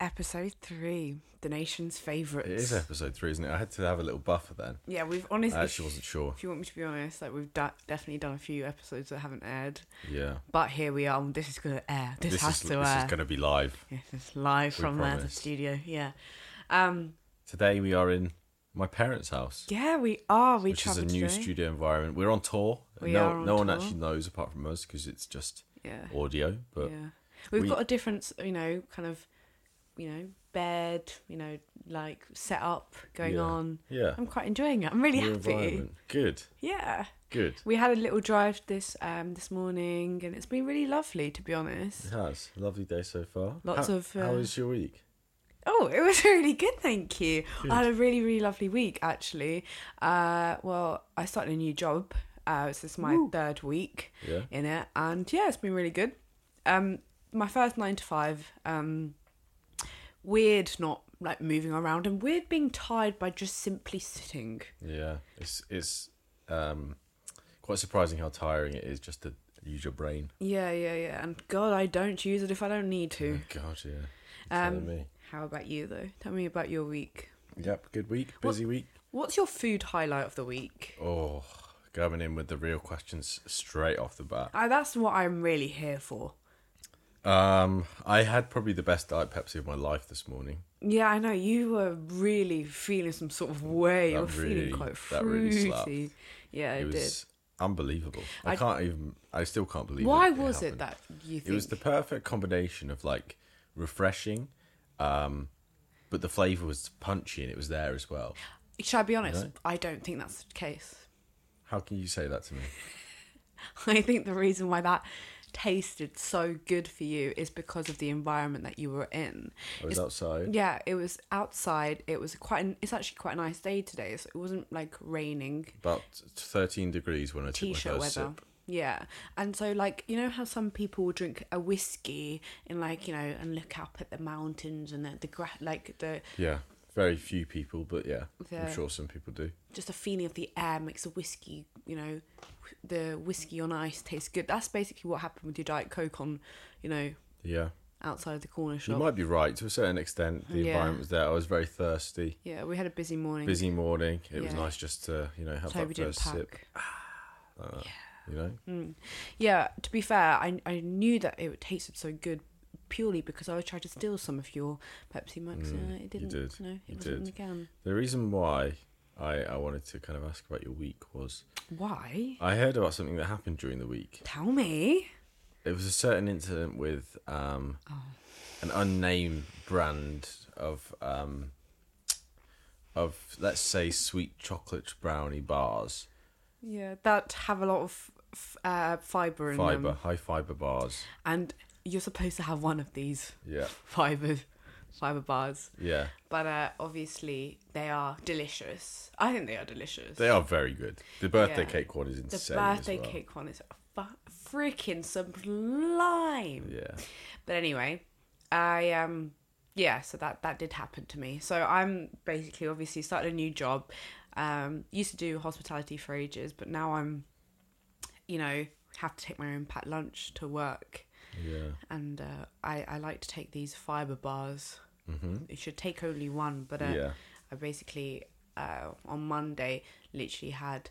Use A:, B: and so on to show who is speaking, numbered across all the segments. A: Episode three, the nation's favourites.
B: It is episode three, isn't it? I had to have a little buffer then.
A: Yeah, we've honestly.
B: I actually wasn't sure.
A: If you want me to be honest, like we've da- definitely done a few episodes that haven't aired,
B: Yeah.
A: but here we are. and This is gonna air. This, has
B: is,
A: to uh,
B: this
A: air.
B: is going to be live.
A: Yeah, it's live
B: We
A: from there, the
B: promise.
A: studio. Yeah. Um.
B: Today we are in my parents' house,
A: Yeah, we are. We
B: which is a
A: travelled
B: new
A: today.
B: studio environment. We're on tour.
A: We
B: no
A: are on
B: no one
A: tour.
B: actually knows apart from us because it's just
A: Yeah.
B: audio. But
A: yeah. We've
B: we-
A: got a different, you know, kind of, you know, bed, you know, like setup going
B: Yeah.
A: on.
B: yeah,
A: I'm quite enjoying it. I'm really
B: new
A: happy.
B: environment. Good,
A: Yeah.
B: good.
A: We had a little drive this um this morning and it's been really lovely to be honest.
B: It has lovely day so far.
A: Lots
B: How-
A: of,
B: how
A: uh,
B: is your week?
A: Oh, it was really good, thank you.
B: Good.
A: I had a really, really lovely week actually. Uh well, I started a new job. Uh this is my third week.
B: Yeah,
A: in it and yeah it's been really good um my first nine to five um weird not like moving around and weird being tired by just simply sitting
B: yeah. It's it's um quite surprising how tiring it is just to use your brain.
A: yeah yeah yeah and god i don't use it if i don't need to
B: Oh God, yeah. You're telling
A: Mm. Um,
B: me.
A: how about you though tell me about your week
B: Yep, good week, busy week.
A: what's your food highlight of the week
B: Oh, going in with the real questions straight off the bat.
A: uh, that's what i'm really here for
B: Um, I had probably the best diet Pepsi of my life this morning.
A: yeah i know you were really feeling some sort of way you
B: That
A: were
B: really-
A: feeling quite
B: that
A: fruity
B: really slapped.
A: yeah it,
B: it was
A: did
B: unbelievable. I,
A: I-
B: can't even. I still can't believe.
A: why
B: it,
A: was it
B: happened.
A: that you think
B: It was the perfect combination of like refreshing, um, but the flavor was punchy and it was there as well.
A: Should I be honest?
B: Really?
A: I don't think that's the case.
B: How can you say that to me?
A: I think the reason why that tasted so good for you is because of the environment that you were in.
B: I was outside.
A: Yeah, it was outside. It was quite. An, it's actually quite a nice day today. So it wasn't like raining
B: About 13 degrees when I took my
A: t-shirt
B: first
A: weather.
B: sip.
A: Yeah, and so like you know how some people will drink a whiskey and like you know and look up at the mountains and the, the gra- like the
B: Yeah, very few people, but yeah,
A: Yeah.
B: I'm sure some people do.
A: just the feeling of the air makes the whiskey, you know, the whiskey on ice tastes good. That's basically what happened with your Diet Coke on, you know,
B: Yeah,
A: outside of the corner
B: you
A: shop.
B: might be right to a certain extent. The
A: Yeah.
B: environment was there. I was very thirsty.
A: Yeah, we had a busy morning.
B: busy morning. It was
A: Yeah.
B: nice just to you know have
A: so we
B: that
A: didn't
B: first
A: pack.
B: sip. You know,
A: Yeah, to be fair, I, I knew that it tasted so good purely because I was trying to steal some of your Pepsi Max. and it didn't.
B: did,
A: No, it
B: Mm, you
A: wasn't in the
B: did.
A: can.
B: the reason why I I wanted to kind of ask about your week was
A: Why?
B: I heard about something that happened during the week.
A: Tell me.
B: It was a certain incident with um
A: Oh.
B: an unnamed brand of um of let's say sweet chocolate brownie bars,
A: Yeah, that have a lot of f- uh, fiber in
B: fiber,
A: them,
B: high fiber bars.
A: and you're supposed to have one of these
B: Yeah,
A: fiber fiber bars.
B: yeah,
A: But uh, obviously, they are delicious. I think they are delicious.
B: they are very good. The birthday
A: Yeah.
B: cake one is
A: The
B: insane. as
A: birthday
B: well.
A: cake one is fu- freaking sublime.
B: Yeah,
A: But anyway, I um yeah, so that that did happen to me. So I'm basically obviously started a new job. Um, used to do hospitality for ages, but now I'm, you know, have to take my own packed lunch to work,
B: yeah.
A: and uh, I I like to take these fiber bars. Mm-hmm. You should take only one, but uh,
B: Yeah.
A: I basically uh, on Monday literally had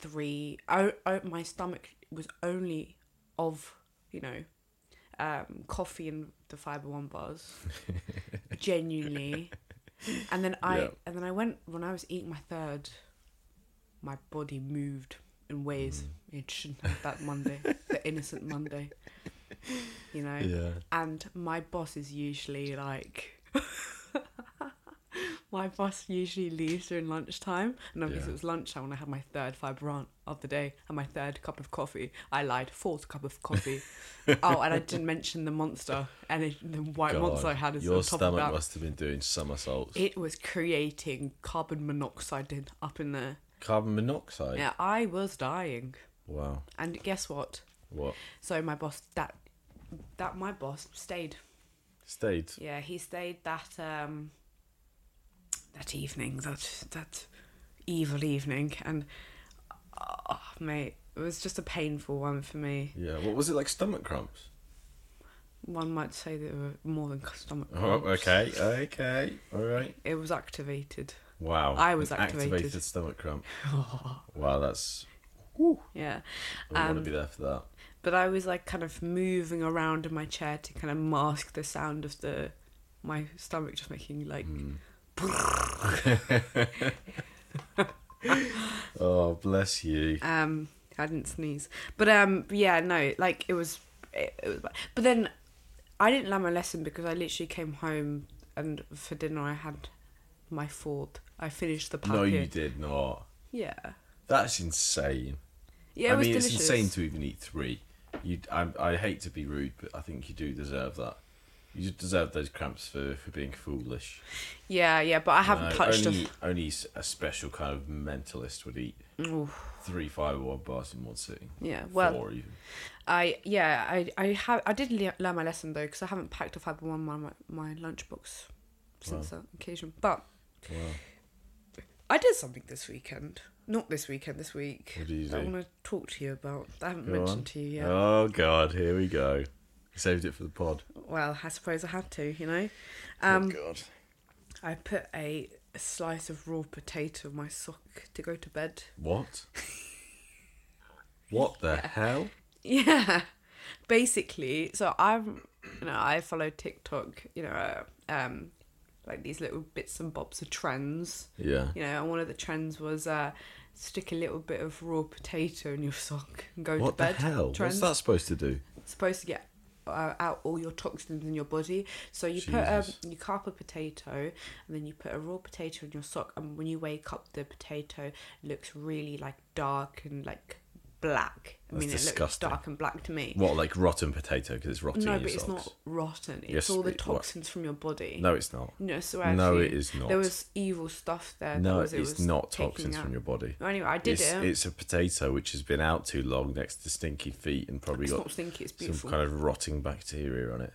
A: three. I, I, my stomach was only of you know um, coffee and the fiber one bars, genuinely. And then I
B: Yeah.
A: and then I went when I was eating my third, my body moved in ways
B: Mm.
A: it shouldn't have that Monday, the innocent Monday. You know
B: Yeah.
A: and my boss is usually like my boss usually leaves during lunchtime and obviously
B: Yeah.
A: it was lunchtime when i had my third fibrant of the day and my third cup of coffee i lied fourth cup of coffee oh and i didn't mention the monster and it, the white monster i had is
B: your
A: on top of
B: stomach
A: that
B: must have been doing somersaults.
A: it was creating carbon monoxide in- up in there
B: Carbon monoxide.
A: yeah i was dying
B: Wow.
A: and guess what
B: What
A: so my boss that that my boss stayed
B: stayed?
A: Yeah, he stayed that um that evening, that that evil evening, and oh, mate, it was just a painful one for me.
B: Yeah. What was it like? Stomach cramps.
A: One might say that it were more than stomach
B: Oh,
A: cramps.
B: okay, okay, all right.
A: It was activated.
B: Wow.
A: I was
B: an
A: activated.
B: stomach cramp. wow, that's.
A: Yeah.
B: I want
A: Um,
B: to be there for that.
A: But I was like kind of moving around in my chair to kind of mask the sound of the my stomach just making like
B: Oh, bless you.
A: um I didn't sneeze. But um yeah, no, like it was it, it was bad. But then I didn't learn my lesson because I literally came home and for dinner I had my fourth. I finished the packet.
B: No, you did not.
A: Yeah.
B: That's insane.
A: Yeah, it
B: I
A: was
B: mean,
A: delicious.
B: it's insane to even eat three. You, I, I hate to be rude, but I think you do deserve that. You deserve those cramps for, for being foolish.
A: Yeah, yeah, but I haven't
B: No,
A: touched
B: only, only s- a special kind of mentalist would eat
A: a. Ooh,
B: three five or one bars in one sitting.
A: yeah, well,
B: Four even.
A: I yeah, I I have I did le- learn my lesson though because I haven't packed a fibre one my my, my lunchbox since that occasion. But
B: Wow.
A: I did something this weekend. Not this weekend. This week.
B: What did you
A: I
B: do?
A: want to talk to you about. that I haven't
B: Go
A: mentioned
B: on.
A: to you yet.
B: Oh God, here we go. Saved it for the pod.
A: Well, I suppose I had to. You know, um,
B: oh God.
A: I put a, a slice of raw potato in my sock to go to bed.
B: What? what the hell?
A: Yeah, basically. So I'm, you know, I follow TikTok. You know, uh, um, like these little bits and bobs of trends.
B: Yeah.
A: You know, and one of the trends was uh, stick a little bit of raw potato in your sock and go to
B: What the
A: bed.
B: hell?
A: Trends.
B: What's that supposed to do?
A: Supposed to get uh, out all your toxins in your body. So you put um,
B: Jesus.
A: you carp a potato and then you put a raw potato in your sock, and when you wake up, the potato looks really like dark and like black. I
B: That's
A: mean, it looks
B: disgusting.
A: dark and black to me.
B: What like rotten potato because it's rotting.
A: No,
B: in
A: but
B: your
A: it's
B: socks.
A: not rotten. It's
B: Yes,
A: all the
B: it- what?
A: toxins from your body.
B: No, it's not.
A: No, so actually,
B: No, it is not.
A: There was evil stuff there.
B: no,
A: that was, it
B: it's
A: was
B: not
A: taking
B: toxins
A: out.
B: from your body.
A: Well, Anyway, I did
B: it's,
A: it. It's,
B: it's a potato which has been out too long next to stinky feet and probably got
A: not stinky. It's
B: some
A: beautiful.
B: kind of rotting bacteria on it.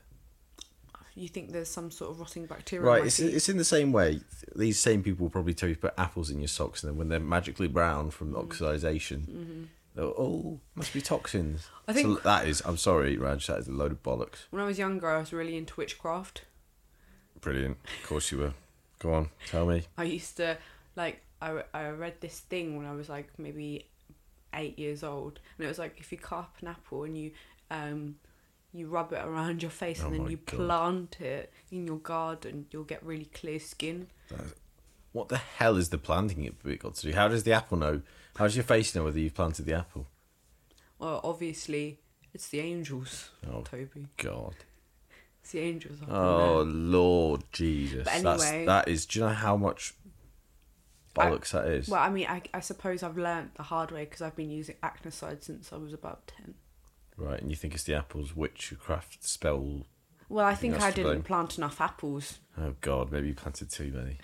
A: You think there's some sort of rotting bacteria?
B: Right,
A: in my
B: it's,
A: feet?
B: it's in the same way. These same people probably tell you to put apples in your socks, and then when they're magically brown from
A: Mm.
B: oxidation, they're, oh, must be toxins.
A: Mm-hmm. I think-
B: So that is. I'm sorry, Raj. That is a load of bollocks.
A: When I was younger, I was really into witchcraft.
B: Brilliant. Of course you were. Go on, tell me.
A: I used to like I I read this thing when I was like maybe eight years old, and it was like if you carp an apple and you um you rub it around your face
B: Oh
A: and then
B: my
A: you
B: God.
A: plant it in your garden, you'll get really clear skin.
B: What the hell is the planting it bit got to do? How does the apple know? How does your face know whether you've planted the apple?
A: Well, obviously it's the angels,
B: Oh.
A: Toby.
B: God.
A: It's the angels. up in
B: Oh
A: there.
B: Lord Jesus.
A: But anyway-
B: That's that is. Do you know how much bollocks that is?
A: Well, I mean, I, I suppose I've learnt the hard way because I've been using acnicide since I was about 10.
B: right, and you think it's the apple's witchcraft spell
A: Well, I,
B: I
A: think,
B: think that's
A: I
B: the
A: didn't
B: blame.
A: plant enough apples.
B: Oh God, maybe you planted too many.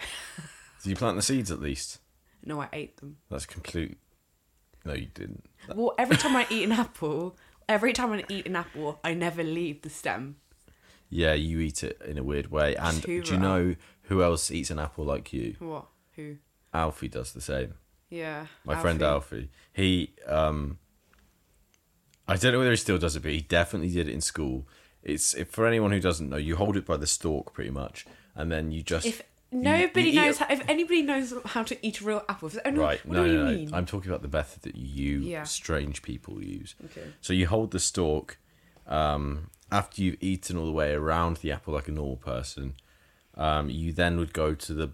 B: Did you plant the seeds at least?
A: No, I ate them.
B: That's complete. No, you didn't.
A: Well, every time I eat an apple, every time I eat an apple, I never leave the stem.
B: Yeah, you eat it in a weird way. And do you
A: Too
B: know who else eats an apple like you?
A: What? Who?
B: Alfie does the same.
A: Yeah.
B: My friend Alfie. He um. I don't know whether he still does it, but he definitely did it in school. It's if, for anyone who doesn't know, you hold it by the stalk pretty much, and then you just
A: If
B: you-
A: nobody
B: you eat
A: knows,
B: it-
A: how, if anybody knows how to eat a real apple, if anyone,
B: Right,
A: what
B: no,
A: do you
B: no, no.
A: mean?
B: I'm talking about the method that you
A: Yeah.
B: strange people use.
A: Okay.
B: So you hold the stalk um, after you've eaten all the way around the apple like a normal person. Um, you then would go to the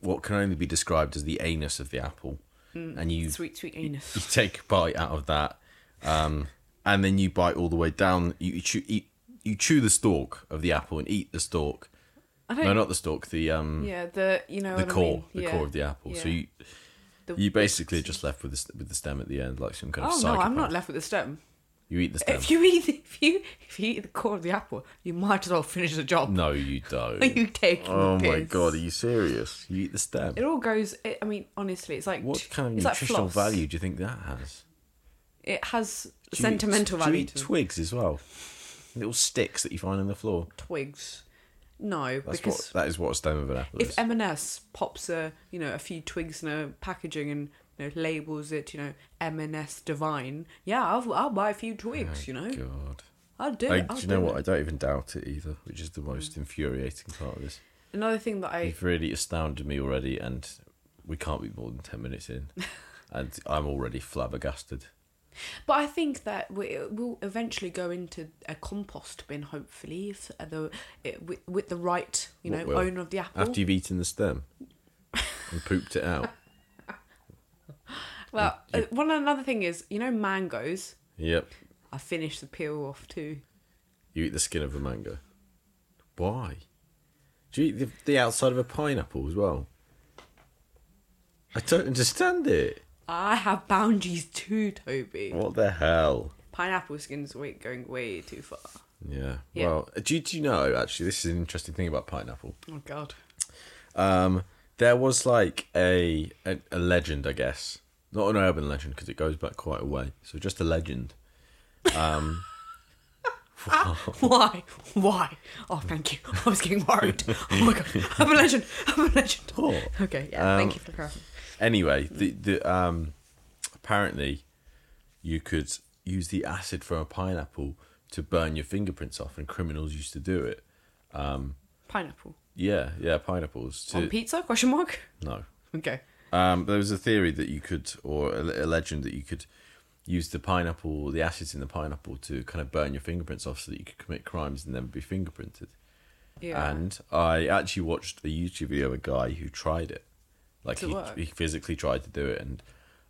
B: what can only be described as the anus of the apple,
A: Mm.
B: and you
A: Sweet, sweet
B: you
A: anus.
B: take a bite out of that, um, and then you bite all the way down. You, you chew eat, you chew the stalk of the apple and eat the stalk.
A: I
B: No,
A: don't.
B: not the stalk. The um
A: yeah, the you know
B: the
A: what I
B: core,
A: mean?
B: the
A: Yeah.
B: core of the apple. So
A: Yeah.
B: you
A: The-
B: you basically are just left with the, st- with the stem at the end, like some kind of
A: Oh no,
B: psychopath.
A: I'm not left with the stem.
B: You eat the stem.
A: If you eat, if you if you eat the core of the apple, you might as well finish the job.
B: No, you
A: Are
B: don't.
A: you taking?
B: oh
A: the
B: my
A: piss?
B: god, are you serious? You eat the stem.
A: It all goes. It, I mean, honestly, it's like
B: What kind of
A: it's
B: nutritional
A: like floss.
B: value do you think that has?
A: It has
B: Do you eat-
A: sentimental
B: Do you
A: value.
B: eat
A: to me.
B: twigs as well? Little sticks that you find on the floor.
A: twigs. No,
B: That's
A: because
B: what that is what a stem of an apple is.
A: if M&S pops a you know a few twigs in a packaging and you know labels it you know M&S Divine, yeah, I'll I'll buy a few twigs. You know,
B: Oh God.
A: I'll do
B: I,
A: it.
B: do
A: I'll
B: you know
A: do
B: what?
A: it. Mm.
B: I don't even doubt it either, which is the most infuriating part of this.
A: Another thing that I
B: You've really astounded me already, and we can't be more than 10 minutes in. and I'm already flabbergasted.
A: But I think that we, we'll eventually go into a compost bin, hopefully, if the it, with, with the right, you know,
B: What will?
A: owner of the apple.
B: After you've eaten the stem and pooped it out.
A: well, uh, one another thing is, you know, mangoes.
B: Yep.
A: I finished the peel off too.
B: You eat the skin of a mango. Why? Do you eat the, the outside of a pineapple as well? I don't understand it.
A: I have boundaries too, Toby.
B: What the hell?
A: Pineapple skin's way, going way too far.
B: Yeah.
A: Yeah.
B: Well, do, do you know, actually, this is an interesting thing about pineapple.
A: Oh God.
B: Um, there was like a, a a legend, I guess, not an urban legend because it goes back quite a way. So just a legend.
A: Why? Why? Oh, thank you. I was getting worried. Oh my God. I'm a legend. I'm a legend.
B: Oh.
A: Okay. Yeah.
B: Um,
A: thank you for clarifying.
B: Anyway, the the um, apparently, you could use the acid from a pineapple to burn your fingerprints off, and criminals used to do it.
A: Pineapple
B: Yeah, yeah, pineapples.
A: on
B: To,
A: pizza? Question mark.
B: no,
A: Okay.
B: Um, there was a theory that you could, or a, a legend that you could use the pineapple, the acids in the pineapple, to kind of burn your fingerprints off so that you could commit crimes and then be fingerprinted.
A: Yeah.
B: And I actually watched a YouTube video of a guy who tried it. Like,
A: To
B: he,
A: work?
B: he physically tried to do it. And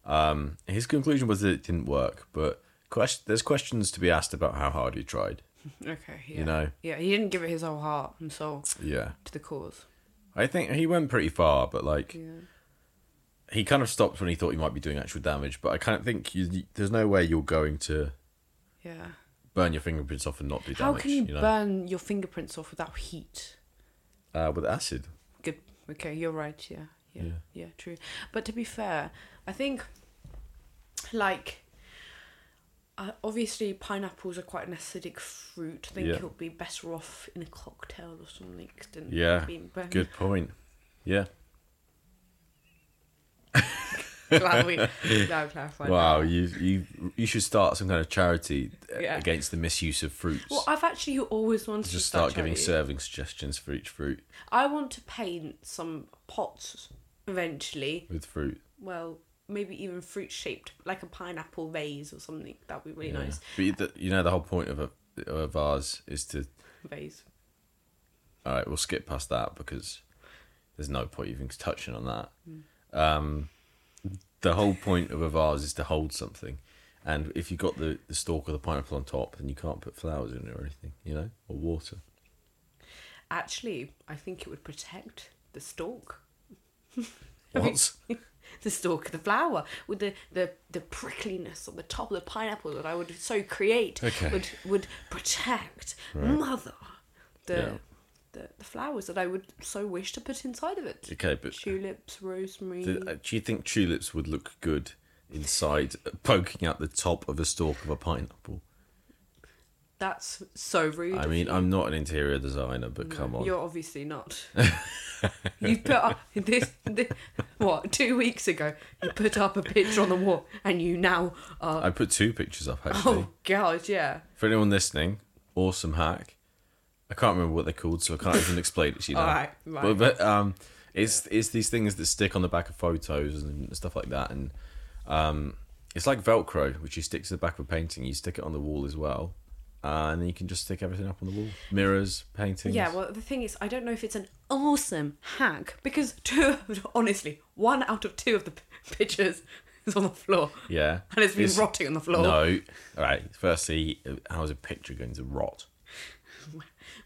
B: um, his conclusion was that it didn't work. But quest- there's questions to be asked about how hard he tried.
A: Okay. Yeah.
B: know?
A: Yeah, he didn't give it his whole heart and soul
B: Yeah.
A: to the cause.
B: I think he went pretty far, but like.
A: Yeah.
B: he kind of stopped when he thought he might be doing actual damage, but I kind of think you, there's no way you're going to
A: Yeah.
B: burn your fingerprints off and not do
A: How
B: damage.
A: can you,
B: know,
A: burn your fingerprints off without heat?
B: uh, with acid.
A: Good. Okay, you're right. Yeah. Yeah. Yeah,
B: Yeah.
A: true. But to be fair, I think like uh, obviously pineapples are quite an acidic fruit. I think
B: Yeah.
A: it'll be better off in a cocktail or something than
B: Yeah,
A: being burned.
B: good point. Yeah.
A: glad we glad we clarified.
B: Wow,
A: that.
B: you you you should start some kind of charity uh,
A: um, Yeah.
B: against the misuse of fruits.
A: Well, I've actually always wanted
B: Just
A: to start
B: start giving
A: charity.
B: serving suggestions for each fruit
A: I want to paint some pots eventually.
B: with fruit.
A: Well, maybe even fruit shaped, like a pineapple vase or something. That'd be really
B: Yeah.
A: nice.
B: But you, the, you know the whole point of a of ours is to.
A: Vase.
B: All right, we'll skip past that because there's no point even touching on that.
A: Hmm.
B: Um, the whole point of a vase is to hold something. And if you've got the, the stalk of the pineapple on top, then you can't put flowers in it or anything, you know, or water.
A: Actually, I think it would protect the stalk.
B: What?
A: The stalk of the flower with the, the, the prickliness on the top of the pineapple that I would so create
B: Okay.
A: would would protect mother the,
B: Yeah.
A: the the flowers that I would so wish to put inside of it.
B: Okay, but
A: Tulips, rosemary.
B: do, uh, do you think tulips would look good inside, uh, poking out the top of the stalk of a pineapple?
A: That's so rude.
B: I
A: of
B: mean,
A: you.
B: I'm not an interior designer, but come on.
A: You're obviously not. you put up this, this what two weeks ago. You put up a picture on the wall, and you now are.
B: I put two pictures up, actually.
A: Oh God, yeah.
B: For anyone listening, awesome hack. I can't remember what they're called, so I can't even explain it to you now.
A: Alright, right.
B: But, but um, it's it's these things that stick on the back of photos and stuff like that, and um, it's like Velcro, which you stick to the back of a painting. You stick it on the wall as well, uh, and then you can just stick everything up on the wall. Mirrors, paintings.
A: Yeah, well, the thing is, I don't know if it's an awesome hack because two, honestly, one out of two of the p- pictures is on the floor
B: yeah.
A: and it's been rotting on the floor.
B: No, all right. Firstly, how is a picture going to rot?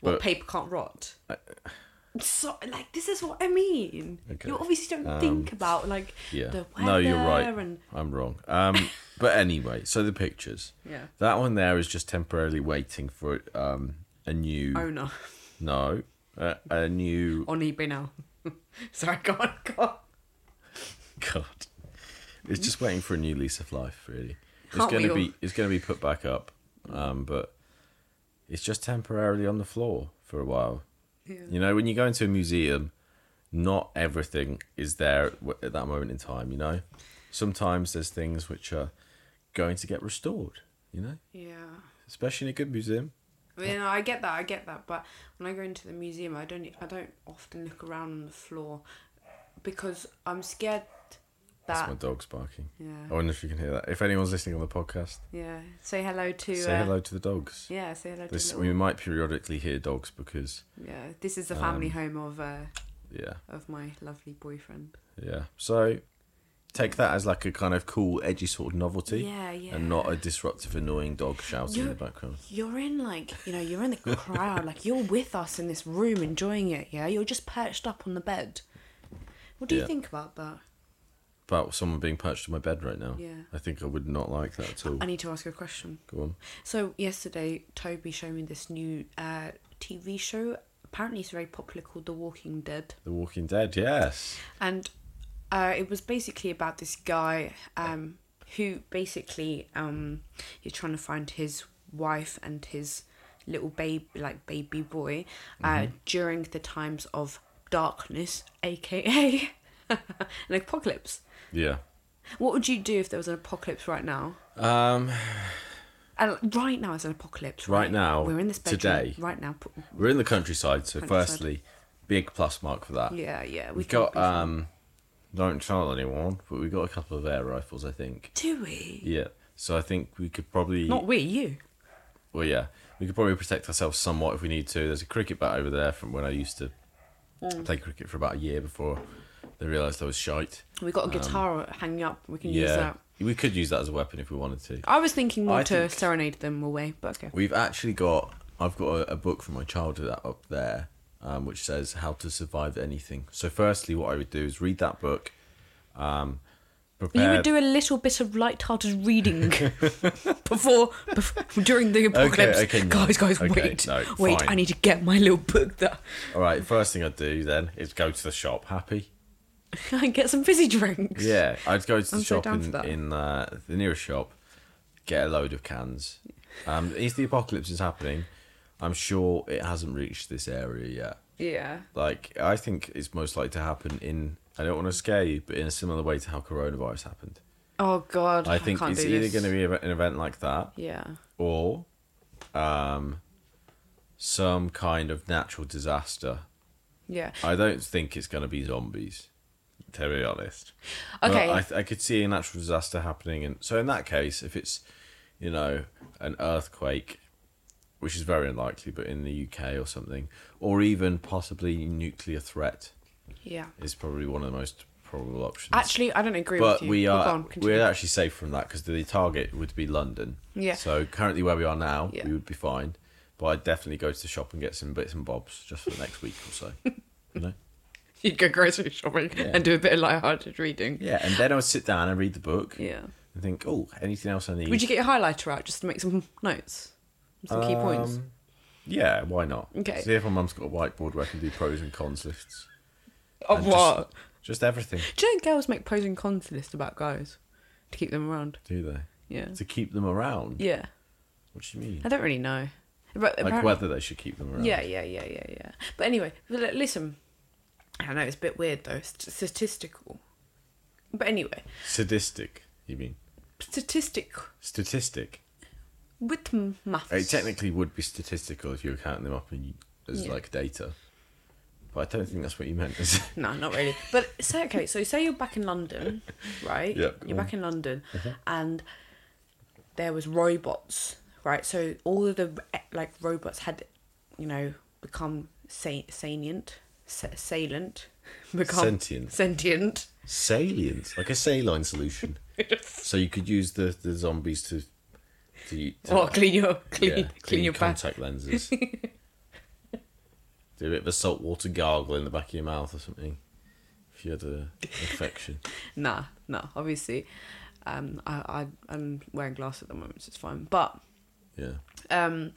A: well,
B: but-
A: paper can't rot. so, like, this is what I mean.
B: Okay. Um,
A: You obviously don't think about like
B: Yeah.
A: the weather.
B: no, you're right.
A: And
B: I'm wrong. Um, but anyway, so the pictures.
A: Yeah.
B: That one there is just temporarily waiting for um a new
A: owner
B: no uh, a new
A: on eBay now. Sorry, go on, go on.
B: God. It's just waiting for a new lease of life, really.
A: Can't
B: it's
A: we
B: gonna
A: all?
B: be it's gonna be put back up, um, but it's just temporarily on the floor for a while. You know, when you go into a museum, not everything is there w- at that moment in time. You know, sometimes there's things which are going to get restored. You know,
A: Yeah.
B: especially in a good museum.
A: You know, I get that, I get that, but when I go into the museum, I don't, I don't often look around on the floor because I'm scared
B: That's my
A: that.
B: dog's barking. I
A: Yeah,
B: wonder if you can hear that. If anyone's listening on the podcast,
A: yeah. Say hello to.
B: say
A: uh,
B: hello to the dogs.
A: Yeah, say hello
B: This
A: to.
B: we
A: Little,
B: might periodically hear dogs because
A: yeah, this is the family
B: um,
A: home of uh,
B: yeah,
A: of my lovely boyfriend.
B: yeah. So take that as like a kind of cool, edgy sort of novelty,
A: Yeah, yeah.
B: and not a disruptive, annoying dog shouting in
A: You're-
B: the background.
A: You're in like you know you're in the crowd like you're with us in this room enjoying it yeah you're just perched up on the bed. What do you
B: Yeah.
A: think about that?
B: About someone being perched on my bed right now.
A: Yeah.
B: I think I would not like that at all.
A: I need to ask you a question.
B: Go on.
A: So yesterday, Toby showed me this new uh, TV show. Apparently, it's very popular called The Walking Dead,
B: The Walking Dead. Yes.
A: and uh, it was basically about this guy um, who basically um, he's trying to find his wife and his little baby, like baby boy, uh, during the times of darkness, aka an apocalypse.
B: Yeah.
A: What would you do if there was an apocalypse right now?
B: Um,
A: And right now it's an apocalypse.
B: Right now,
A: we're in this bedroom.
B: today.
A: Right now, p-
B: we're in the countryside, so
A: Countryside.
B: firstly, big plus mark for that.
A: Yeah, yeah.
B: We've
A: can
B: got
A: be-
B: um, don't tell anyone, but we've got a couple of air rifles, I think.
A: Do we?
B: Yeah. So I think we could probably
A: Not we, you.
B: Well, yeah, we could probably protect ourselves somewhat if we need to. There's a cricket bat over there from when I used to
A: Mm.
B: play cricket for about a year before they realised I was shite.
A: We got a guitar hanging up. We can use
B: Um, yeah,
A: that.
B: we could use that as a weapon if we wanted to.
A: I was thinking more
B: I
A: to
B: think-
A: serenade them away, but okay.
B: We've actually got I've got a, a book from my childhood that- up there, um, which says how to survive anything. So, firstly, what I would do is read that book. Um,
A: You
B: prepare.
A: would do a little bit of light-hearted reading before, before, during the apocalypse.
B: okay, no.
A: guys, guys,
B: Okay,
A: wait,
B: no,
A: wait!
B: fine.
A: I need to get my little book that
B: All right, first thing I'd do then is go to the shop. Happy.
A: and get some fizzy drinks.
B: Yeah, I'd go to the
A: I'm so
B: shop
A: down for
B: in,
A: that.
B: in uh, the nearest shop, get a load of cans. Um, if the apocalypse is happening, I'm sure it hasn't reached this area yet.
A: yeah.
B: Like, I think it's most likely to happen in, I don't want to scare you, but in a similar way to how coronavirus happened.
A: Oh God,
B: I think
A: can't
B: it's
A: do
B: either
A: this.
B: going to be a- an event like that
A: Yeah.
B: or um, some kind of natural disaster.
A: Yeah.
B: I don't think it's going to be zombies, to be honest.
A: Okay.
B: But I, th- I could see a natural disaster happening, and so in that case, if it's, you know, an earthquake, which is very unlikely, but in the UK or something, or even possibly nuclear threat
A: Yeah.
B: is probably one of the most probable options.
A: Actually, I don't agree
B: but
A: with you.
B: we
A: Go
B: are
A: on, continue.
B: we're actually safe from that because the target would be London.
A: Yeah.
B: So currently where we are now,
A: Yeah.
B: we would be fine. But I'd definitely go to the shop and get some bits and bobs just for the next week or so. You know.
A: You'd go grocery shopping and do a bit of light-hearted reading.
B: Yeah, and then I would sit down and read the book
A: Yeah.
B: and think, oh, anything else I need?
A: Would you get your highlighter out just to make some notes? Some key points.
B: Um, Yeah, why not?
A: Okay.
B: See if my mum's got a whiteboard where I can do pros and cons lists.
A: Of
B: And
A: what?
B: Just, just everything.
A: Do you know girls make pros and cons list about guys to keep them around?
B: Do they?
A: Yeah.
B: To keep them around.
A: Yeah.
B: What do you mean?
A: I don't really know. But
B: Like
A: apparently-
B: whether they should keep them around.
A: Yeah, yeah, yeah, yeah, yeah. But anyway, l- l- listen. I know it's a bit weird though, st- statistical. But anyway,
B: Sadistic. You mean
A: statistic
B: statistic?
A: with m- maths.
B: It technically would be statistical if you were counting them up and as
A: Yeah.
B: like data. But I don't think that's what you meant. Is it?
A: No, not really. But say okay, so say you're back in London, right?
B: Yeah, Mm-hmm. go
A: You're back in London, and there was robots, right? So all of the eh, like robots had, you know, become sa- salient, sa- salient, become
B: Sentient.
A: sentient.
B: Salient, like a saline solution. so you could use the, the zombies to to, to
A: Or clean your clean
B: Yeah,
A: clean, your back.
B: contact lenses. Do a bit of a saltwater gargle in the back of your mouth or something. If you had a infection.
A: Nah, nah. Obviously, um, I, I I'm wearing glasses at the moment, so it's fine. But
B: Yeah.
A: um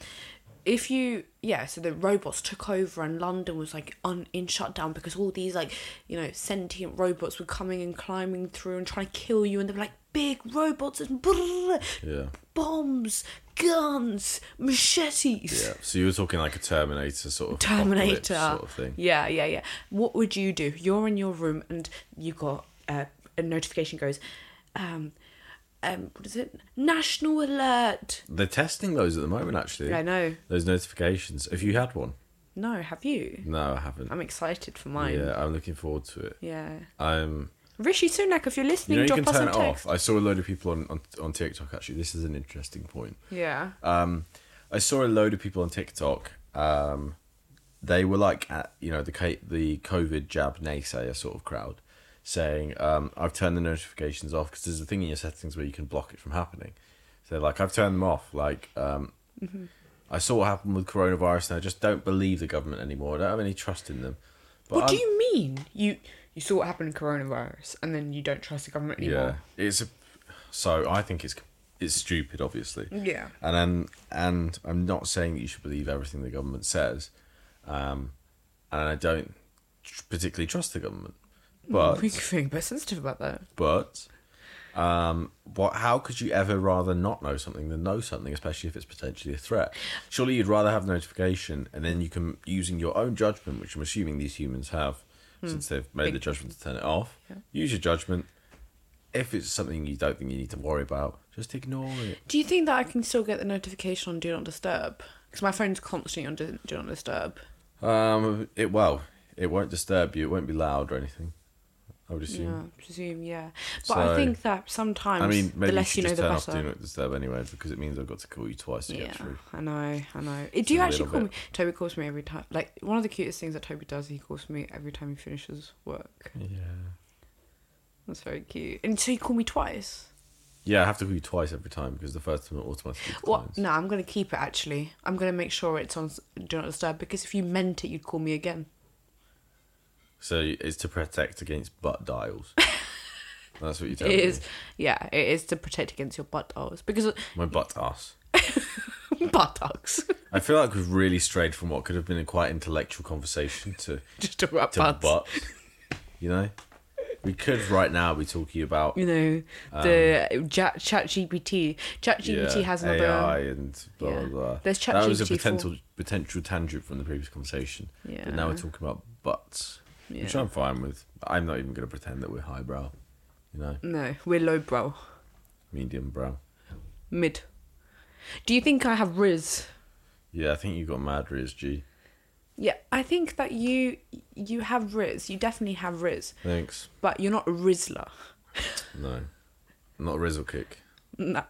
A: if you yeah so the robots took over and london was like un, in shutdown because all these like you know sentient robots were coming and climbing through and trying to kill you and they were like big robots and brrr,
B: Yeah.
A: bombs guns machetes
B: Yeah. So you were talking like a Terminator sort of apocalypse
A: terminator
B: sort of thing.
A: yeah yeah yeah what would you do you're in your room and you got uh, a notification goes um um, what is it? National alert.
B: They're testing those at the moment, actually.
A: I know.
B: Those notifications. Have you had one?
A: No, have you?
B: No, I haven't.
A: I'm excited for mine. Yeah.
B: Yeah, I'm looking forward to it. I'm.
A: Rishi Sunak, if you're
B: You
A: listening,
B: know, you
A: drop
B: can
A: us
B: turn
A: a
B: it
A: text.
B: off. I saw a load of people on, on on TikTok. Actually, this is an interesting point.
A: Yeah.
B: Um, I saw a load of people on TikTok. Um, they were like, at, you know, the ca- the COVID jab naysayer sort of crowd, saying, um, "I've turned the notifications off because there's a thing in your settings where you can block it from happening." So they're like, "I've turned them off." Like, um,
A: Mm-hmm.
B: I saw what happened with coronavirus, and I just don't believe the government anymore. I don't have any trust in them. But
A: what
B: I'm-
A: do you mean? You you saw what happened in coronavirus, and then you don't trust the government
B: Yeah,
A: anymore.
B: it's a, so I think it's it's stupid, obviously.
A: Yeah.
B: And then, and I'm not saying that you should believe everything the government says, um, and I don't tr- particularly trust the government. But
A: We're feeling a bit sensitive about that.
B: but um, what? How could you ever rather not know something than know something, especially if it's potentially a threat? Surely you'd rather have notification, and then you can using your own judgment, which I'm assuming these humans have, since they've made the judgment to turn it off. Use your judgment. If it's something you don't think you need to worry about, just ignore it.
A: Do you think that I can still get the notification on Do Not Disturb? Because my phone's constantly on Do Do Not Disturb.
B: Um, it well, it won't disturb you. It won't be loud or anything. I would assume.
A: Yeah, I presume, yeah. But I
B: So-
A: think that sometimes
B: I mean, maybe
A: the less
B: you
A: you,
B: should
A: know,
B: just
A: the
B: turn off
A: better.
B: Do Not Disturb anyway, because it means I've got to call you twice to
A: Yeah,
B: get through.
A: I know, I know. Eh, Do you
B: a
A: actually
B: little
A: call
B: bit.
A: me? Toby calls me every time. Like one of the cutest things that Toby does, he calls me every time he finishes work.
B: Yeah.
A: That's very cute. And so you call me twice.
B: Yeah, I have to call you twice every time because the first time it automatically
A: What?
B: declines.
A: No, I'm gonna keep it. Actually, I'm gonna make sure it's on s- Do Not Disturb because if you meant it, you'd call me again.
B: So it's to protect against butt dials. That's what you tell
A: It
B: me.
A: is, yeah, it is to protect against your butt holes because
B: My butt ass.
A: buttocks.
B: I feel like we've really strayed from what could have been a quite intellectual conversation to
A: Just talk about
B: to
A: butts.
B: butts. You know, we could right now be talking about
A: You know the ja- Chat GPT. Chat GPT
B: yeah,
A: has another. um,
B: AI and blah
A: Yeah.
B: blah blah.
A: There's
B: that was a
A: ChatGPT for-
B: potential potential tangent from the previous conversation. But now we're
A: Yeah.
B: talking about butts, which
A: Yeah.
B: I'm fine with. I'm not even going to pretend that we're highbrow. You know,
A: No, we're lowbrow,
B: medium brow.
A: mid. Do you think I have Riz?
B: Yeah, I think you got mad Riz G.
A: Yeah, I think that you you have Riz. You definitely have Riz,
B: Thanks.
A: but you're not a Rizzler.
B: No, not Rizzle kick.
A: Nah,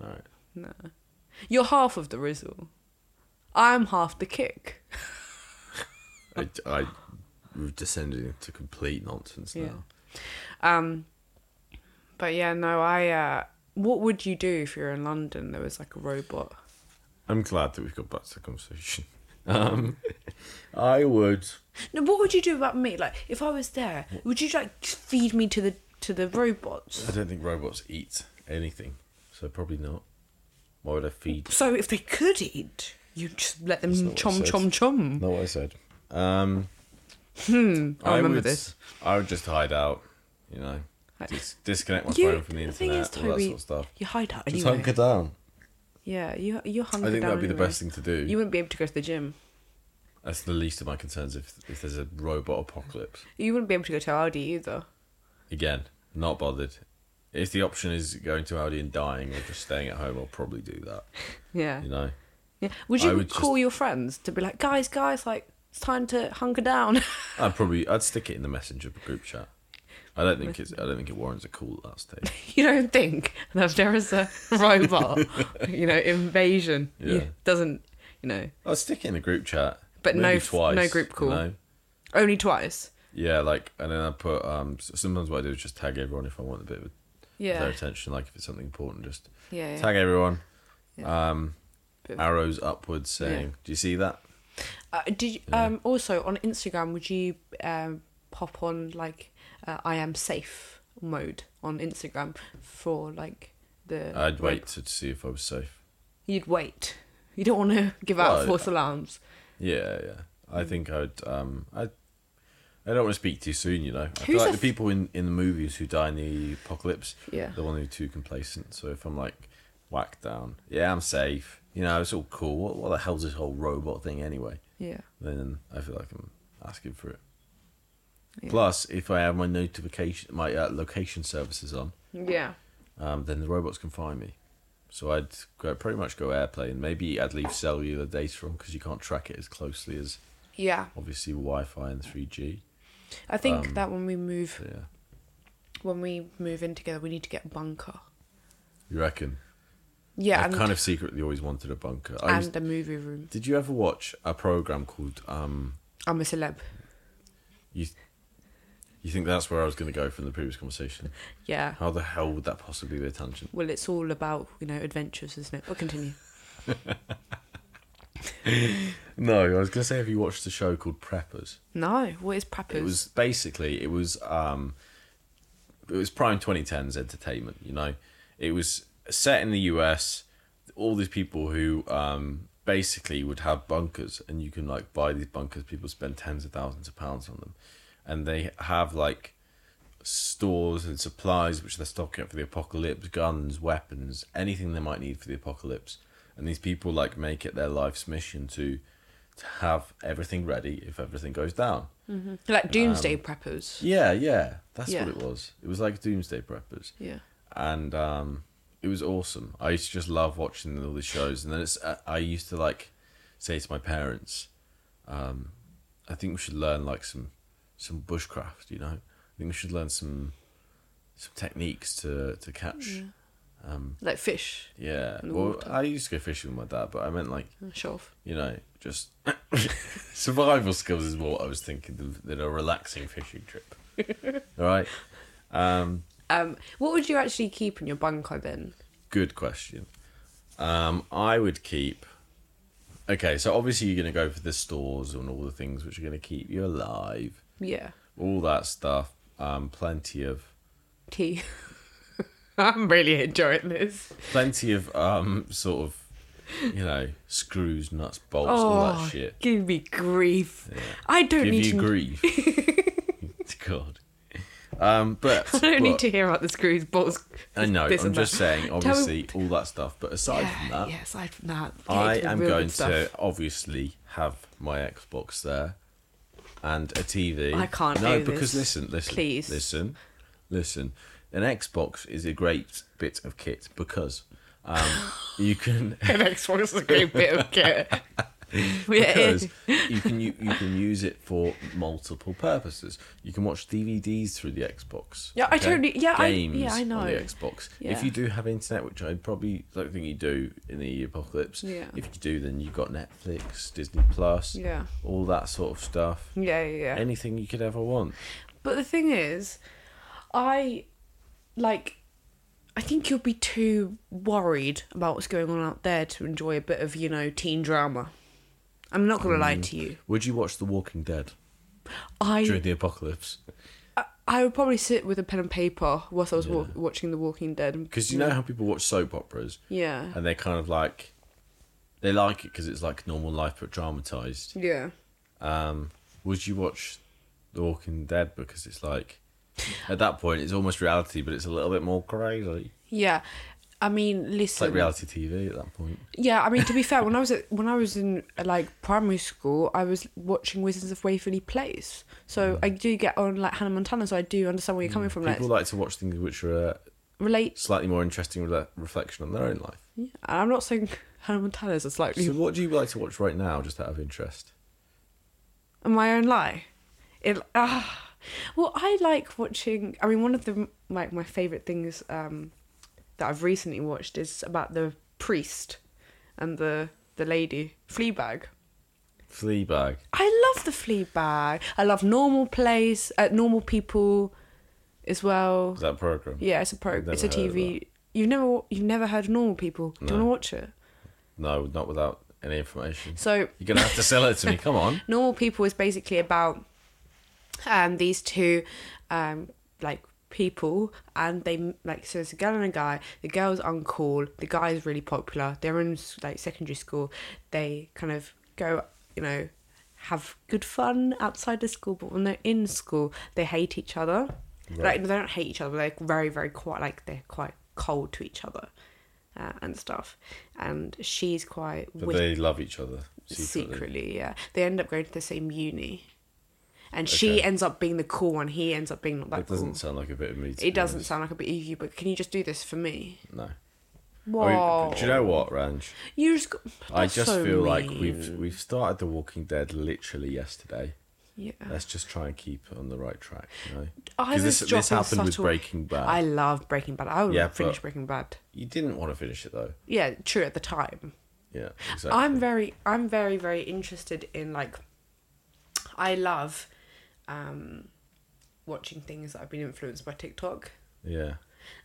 B: All right.
A: nah. You're half of the Rizzle. I'm half the kick.
B: I, I we've descended into complete nonsense
A: Yeah.
B: now.
A: Um, but yeah, no, I. Uh, what would you do if you're in London? There was like a robot.
B: I'm glad that we've got back to the conversation. Um, I would.
A: No, what would you do about me? Like, if I was there, would you like feed me to the to the robots?
B: I don't think robots eat anything, so probably not. Why would I feed?
A: So if they could eat, you just let them
B: not what it
A: chom
B: says.
A: chom chom.
B: Not what I said. Um,
A: I remember
B: would,
A: this.
B: I would just hide out. You know,
A: Like-
B: dis- disconnect my
A: You-
B: phone from the
A: the
B: internet,
A: thing is,
B: all that
A: Toby,
B: sort of stuff.
A: You hide out
B: Just
A: anyway.
B: hunker down.
A: yeah, you you hunker
B: I think
A: down
B: that'd be the
A: anyway.
B: best thing to do.
A: You wouldn't be able to go to the gym.
B: That's the least of my concerns if if there's a robot apocalypse.
A: You wouldn't be able to go to Aldi either.
B: Again, not bothered. If the option is going to Aldi and dying or just staying at home, I'll probably do that.
A: Yeah.
B: You know,
A: yeah. Would
B: I
A: you
B: would just-
A: call your friends to be like, guys, guys, like it's time to hunker down?
B: I'd probably I'd stick it in the messenger group chat. I don't think it's I don't think it warrants a call at that stage.
A: you don't think that if there is a robot, you know, invasion, you-
B: Yeah.
A: doesn't, you know,
B: I'd stick it in a group chat,
A: But no
B: maybe
A: f- no group
B: you
A: call.
B: know?
A: only twice.
B: Yeah, like and then I put um. s- Sometimes what I do is just tag everyone if I want a bit of their
A: Yeah.
B: attention. Like if it's something important, just
A: Yeah. yeah.
B: tag everyone.
A: Yeah.
B: Um,
A: Bit of-
B: arrows upwards saying, "Do you see that?"
A: Uh, did you,
B: Yeah.
A: um also on Instagram would you um pop on like uh, I am safe mode on Instagram for like the
B: I'd
A: rob-
B: wait to, to see if I was safe.
A: You'd wait. You don't want to give out
B: Well,
A: false alarms.
B: Yeah, yeah.
A: Mm.
B: I think I'd um I I don't want to speak too soon, you know. I feel
A: Who's
B: like
A: the
B: the people in, in the movies who die in the apocalypse,
A: Yeah.
B: the one who's too complacent. So if I'm like whacked down, yeah, I'm safe. You know, it's all cool. What, what the hell's this whole robot thing anyway?
A: Yeah.
B: Then I feel like I'm asking for it.
A: Yeah.
B: Plus, if I have my notification, my uh, location services on,
A: Yeah.
B: um, then the robots can find me. So I'd go, pretty much go airplane. Maybe I'd leave cellular data on because you can't track it as closely as
A: Yeah,
B: obviously Wi-Fi and 3G.
A: I think
B: Um,
A: that when we move
B: So, yeah,
A: when we move in together, we need to get a bunker.
B: you reckon?
A: Yeah,
B: I
A: and,
B: kind of secretly always wanted a bunker. I was,
A: and a movie room.
B: did you ever watch a program called um,
A: I'm a celeb.
B: you? You think that's where I was going to go from the previous conversation?
A: Yeah.
B: How the hell would that possibly be a tangent?
A: Well, it's all about you know adventures, isn't it? We'll continue.
B: No, I was going to say, have you watched a show called Preppers?
A: No, what is preppers?
B: It was basically it was um it was prime 2010s entertainment, you know. It was set in the US all these people who um basically would have bunkers and you can like buy these bunkers people spend tens of thousands of pounds on them and they have like stores and supplies which they're stocking up for the apocalypse guns weapons anything they might need for the apocalypse and these people like make it their life's mission to to have everything ready if everything goes down
A: Mm-hmm. like doomsday preppers.
B: yeah, yeah. That's
A: Yeah.
B: what it was. It was like Doomsday Preppers.
A: Yeah.
B: And um, it was awesome. I used to just love watching all these shows. And then it's, uh, I- I used to like say to my parents, um, I think we should learn like some, some bushcraft, you know? I think we should learn some, some techniques to, to catch. Um,
A: Like fish.
B: yeah.
A: In the
B: Well,
A: water.
B: I used to go fishing with my dad, but I meant like,
A: Show off.
B: you know, just survival skills is what I was thinking than, than a relaxing fishing trip. All right. Um,
A: Um, what would you actually keep in your bunker then?
B: good question. Um, I would keep. Okay, so obviously you're going to go for the stores and all the things which are going to keep you alive,
A: Yeah.
B: all that stuff. Um, plenty of,
A: Tea. I'm really enjoying this.
B: plenty of um, sort of, you know, screws, nuts, bolts, all that shit.
A: Oh, give me grief. I don't
B: Give
A: need
B: you
A: to.
B: grief. God. Um, but
A: I don't
B: but-
A: need to hear about the screws, bolts.
B: I know.
A: this
B: I'm
A: and that.
B: just saying, obviously, all that stuff. But aside
A: yeah,
B: from that,
A: yeah, aside from that, get
B: I
A: into the
B: am
A: real good
B: going
A: stuff.
B: to obviously have my Xbox there and a TV.
A: I can't
B: No,
A: do
B: because
A: this.
B: listen, listen,
A: Please.
B: listen, listen. An Xbox is a great bit of kit because um, you can
A: An Xbox is a great bit of care. Yeah.
B: because you can u- you can use it for multiple purposes. You can watch DVDs through the Xbox.
A: Yeah, I totally- yeah, I-
B: Games
A: yeah, I
B: on the
A: know.
B: Xbox.
A: Yeah.
B: If you do have internet, which I probably don't think you do in the apocalypse.
A: Yeah.
B: If you do, then you've got Netflix, Disney Plus,
A: Yeah.
B: all that sort of stuff.
A: Yeah, yeah, yeah.
B: Anything you could ever want.
A: But the thing is, I like. I think you'll be too worried about what's going on out there to enjoy a bit of you know teen drama. I'm not gonna
B: Mm.
A: lie to you.
B: Would you watch The Walking Dead
A: I,
B: during the apocalypse?
A: I I would probably sit with a pen and paper whilst I was wa- watching The Walking Dead. and-
B: Because you know how people watch soap operas
A: Yeah.
B: and they're kind of like they like it because it's like normal life but dramatized.
A: Yeah.
B: um, would you watch The Walking Dead because it's like at that point it's almost reality, but it's a little bit more crazy.
A: Yeah. I mean,
B: It's
A: listen.
B: like reality TV at that point.
A: Yeah, I mean to be fair, when I was at, when I was in uh, like primary school, I was watching Wizards of Waverly Place. So I do get on like Hannah Montana, so I do understand where you're coming from. Like
B: Mm. People like to watch things which are a
A: relate.
B: slightly more interesting re- reflection on their own life.
A: Yeah, and I'm not saying Hannah Montana's a slightly
B: So, what do you like to watch right now, just out of interest?
A: my own lie. It ah, well, I like watching. I mean, one of the like my favorite things um, that I've recently watched is about the priest and the the lady Fleabag.
B: Fleabag.
A: I love the Fleabag. I love Normal Place, uh, Normal People, as well.
B: Is that a program?
A: Yeah, it's a pro.
B: I've
A: It's a
B: never heard of
A: TV. You've never you've never heard of Normal People. Do you
B: No.
A: want to watch it?
B: No, not without any information.
A: So
B: You're gonna have to sell it to me. Come on.
A: Normal People is basically about um, these two um, like people, and they like so it's a girl and a guy. The girl's uncool. The guy is really popular. They're in like secondary school. They kind of go, you know, have good fun outside of school, but when they're in school, they hate each other. Like
B: Right.
A: they don't hate each other. They're very very quite like they're quite cold to each other. Uh, and stuff, and she's quite.
B: But
A: wit-
B: they love each other secretly.
A: secretly. yeah. They end up going to the same uni. and she
B: Okay.
A: ends up being the cool one. He ends up being not that
B: That doesn't
A: cool.
B: sound like a bit of me.
A: It
B: to be
A: doesn't
B: honest.
A: sound like a bit of you, but can you just do this for me?
B: No. I mean,
A: Whoa.
B: but do you know what, Ranj?
A: You just. go-
B: I
A: That's
B: just
A: so
B: feel like
A: mean.
B: we've we've started The Walking Dead literally yesterday.
A: Yeah. Oh,
B: Let's just try and keep on the right track, you know.
A: I
B: Because
A: was
B: uh, this, this
A: dropping
B: happened with
A: subtle-
B: Breaking Bad.
A: I love Breaking Bad. I would
B: Yeah,
A: finish
B: but-
A: Breaking Bad.
B: You didn't want to finish it though.
A: Yeah, true at the time.
B: Yeah, exactly.
A: I'm very I'm very very interested in like I love um watching things that I've been influenced by TikTok.
B: yeah.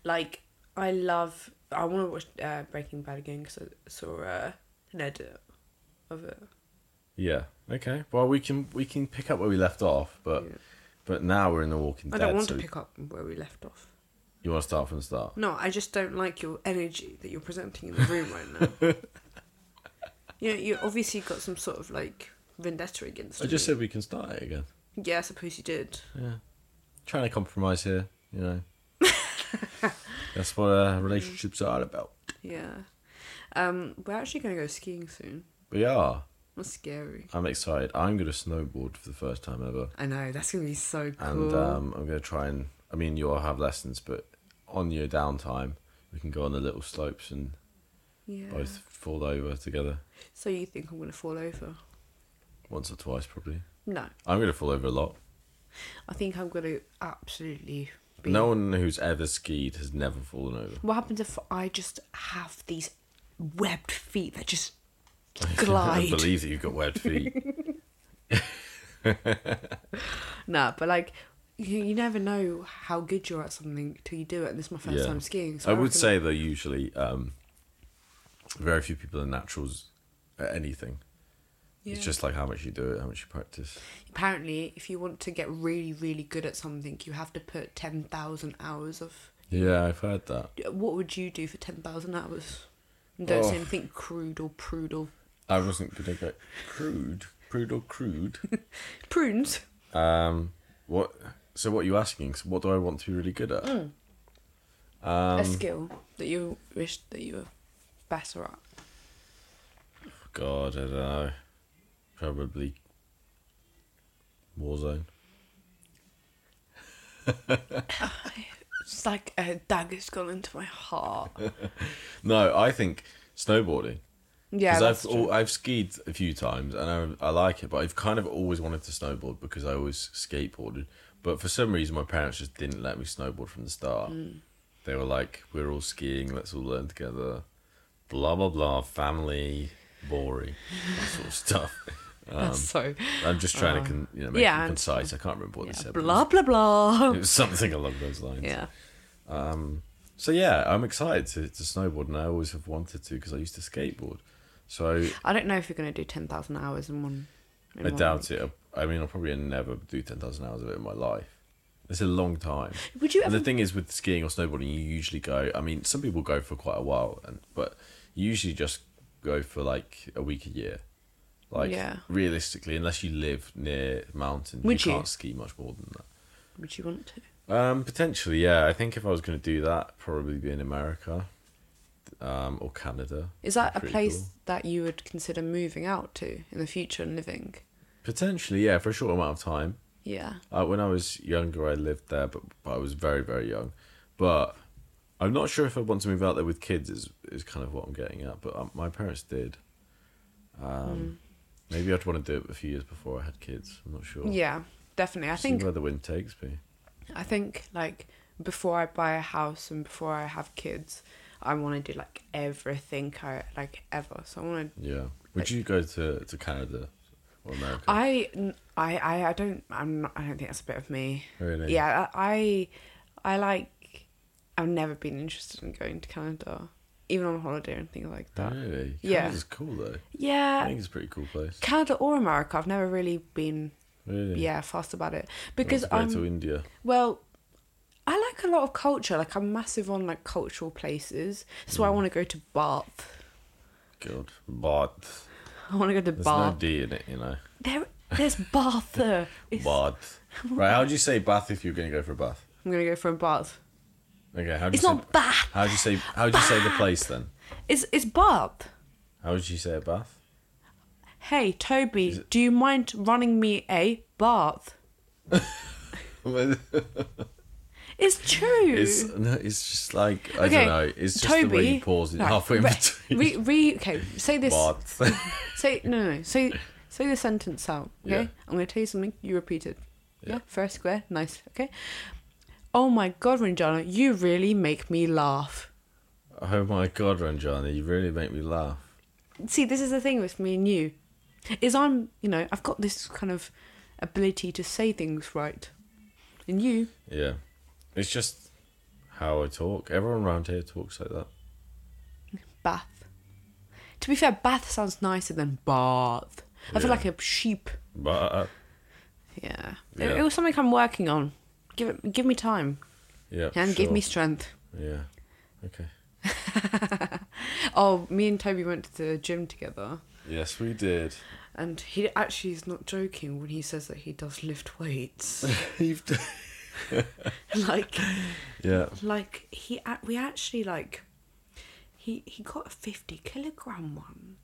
A: Like I love I want to watch uh, Breaking Bad again cuz I saw uh, an edit of it.
B: Yeah. Okay. Well, we can we can pick up where we left off, but
A: Yeah.
B: but now we're in The Walking
A: I
B: Dead.
A: don't want
B: so
A: to pick up where we left off.
B: you want to start from the start?
A: No, I just don't like your energy that you're presenting in the room right now. you know, you obviously got some sort of like vendetta against
B: I just
A: me.
B: said we can start it again.
A: Yeah, I suppose you did.
B: Yeah. Trying to compromise here, you know. That's what uh, relationships are about.
A: Yeah. Um, we're actually going to go skiing soon.
B: We are.
A: That's scary.
B: I'm excited. I'm going to snowboard for the first time ever,
A: I know, that's going to be so cool.
B: and um, I'm going to try and. I mean, you'll have lessons, but on your downtime, we can go on the little slopes and
A: yeah.
B: both fall over together
A: So you think I'm going to fall over?
B: once or twice, probably.
A: No.
B: I'm going to fall over a lot.
A: I think I'm going to absolutely be.
B: No one who's ever skied has never fallen over.
A: What happens if I just have these webbed feet that just glide?
B: I believe that you've got webbed feet.
A: Nah, but like, you, you never know how good you're at something till you do it. And this is my first
B: Yeah.
A: time skiing. So
B: I would
A: reckon-
B: say though, usually, um, very few people are naturals at anything.
A: Yeah.
B: It's just like how much you do it, how much you practice.
A: Apparently, if you want to get really, really good at something, you have to put 10,000 hours of
B: Yeah, I've heard that.
A: what would you do for 10,000 hours? And don't say
B: Oh.
A: anything crude or prude or
B: I wasn't gonna go crude, prude or crude.
A: prunes.
B: um, what? So what are you asking? So what do I want to be really good at?
A: a
B: Um,
A: skill that you wish that you were better at.
B: God, I don't know. Probably Warzone.
A: It's like a dagger's gone into my heart.
B: No, I think snowboarding.
A: Yeah,
B: Because
A: that's
B: I've
A: true.
B: al- I've skied a few times and I, I like it, but I've kind of always wanted to snowboard because I always skateboarded. But for some reason, my parents just didn't let me snowboard from the start.
A: Hmm.
B: They were like, "We're all skiing. Let's all learn together." Blah blah blah. Family boring, that sort of stuff. um,
A: that's so.
B: I'm just trying to con- you know make
A: Uh, yeah,
B: it
A: I
B: concise. I can't remember what they
A: Yeah,
B: said. but it
A: blah blah
B: was-
A: blah.
B: It was something along those lines.
A: Yeah,
B: So yeah, I'm excited to, to snowboard, and I always have wanted to because I used to skateboard. So
A: I don't know if you're gonna do ten thousand hours in one. In
B: I
A: one
B: doubt it. I mean, I'll probably never do 10,000 hours of it in my life. It's a long time.
A: week. Would you
B: And
A: ever?
B: the thing is, with skiing or snowboarding, you usually go. I mean, some people go for quite a while, and but you usually just go for like a week a year. Like
A: Yeah.
B: realistically, unless you live near mountains,
A: Would
B: you
A: you?
B: can't ski much more than that.
A: would you want to?
B: Um, potentially, yeah. I think if I was going to do that, probably be in America, um, or Canada.
A: Is that a
B: Pretty
A: place
B: cool.
A: that you would consider moving out to in the future and living?
B: Potentially, yeah, for a short amount of time.
A: Yeah.
B: Uh, when I was younger, I lived there, but, but I was very, very young. But I'm not sure if I want to move out there with kids. Is is kind of what I'm getting at. But um, my parents did. Um, Maybe I'd want to do it a few years before I had kids. I'm not sure.
A: Hmm. Yeah, definitely. I
B: See
A: think
B: where the wind takes me.
A: I think like before I buy a house and before I have kids, I want to do like everything I like ever. So I want to.
B: Yeah. Would you go to, to Canada or America?
A: I n- I I I don't I'm not, I don't think that's a bit of me.
B: Really?
A: Yeah, I I like I've never been interested in going to Canada, even on holiday and things like that.
B: Really?
A: Yeah.
B: Canada's cool though. I
A: Yeah,
B: think it's a pretty cool place.
A: Canada or America, I've never really been
B: Really?
A: yeah fussed about it
B: I want
A: because
B: to go
A: I'm
B: to India.
A: Well, I like a lot of culture. Like I'm massive on like cultural places. So
B: Hmm.
A: I want to go to Bath.
B: God, but
A: I want to go to
B: there's
A: Bath.
B: no D in it, you know.
A: there, there's Bath. there. It's-
B: Bath. Right, how do you say bath if you're going to go for a bath?
A: I'm gonna go for a bath.
B: Okay, how do
A: It's
B: you say
A: not Bath.
B: How do you say how do you say the place then?
A: It's it's Bath.
B: How would you say a bath?
A: Hey Toby, do you mind running me a bath? It's true.
B: It's no, it's just like I
A: Okay,
B: don't know. It's just the way you pause it
A: no,
B: halfway in
A: re-
B: between.
A: Re, re, okay, say this.
B: What?
A: Say no, no. Say say the sentence out. Okay,
B: Yeah.
A: I'm gonna tell you something. You repeat it. Yeah. fair square. Nice. Okay. Oh my God, Ranjana, you really make me laugh.
B: oh my god, Ranjana, you really make me laugh.
A: See, this is the thing with me and you, is I'm you know I've got this kind of ability to say things right, and you
B: Yeah, it's just how I talk. Everyone around here talks like that.
A: bath. To be fair, bath sounds nicer than bath. I feel
B: Yeah.
A: like a sheep.
B: But uh,
A: Yeah.
B: Yeah.
A: It, it was something I'm working on. Give it, give me time
B: yeah,
A: and give
B: sure.
A: me strength.
B: yeah. Okay.
A: Oh, me and Toby went to the gym together,
B: Yes, we did.
A: and he actually is not joking when he says that he does lift weights.
B: You've d-
A: like,
B: yeah.
A: like he ac- we actually like he he got a fifty kilogram one.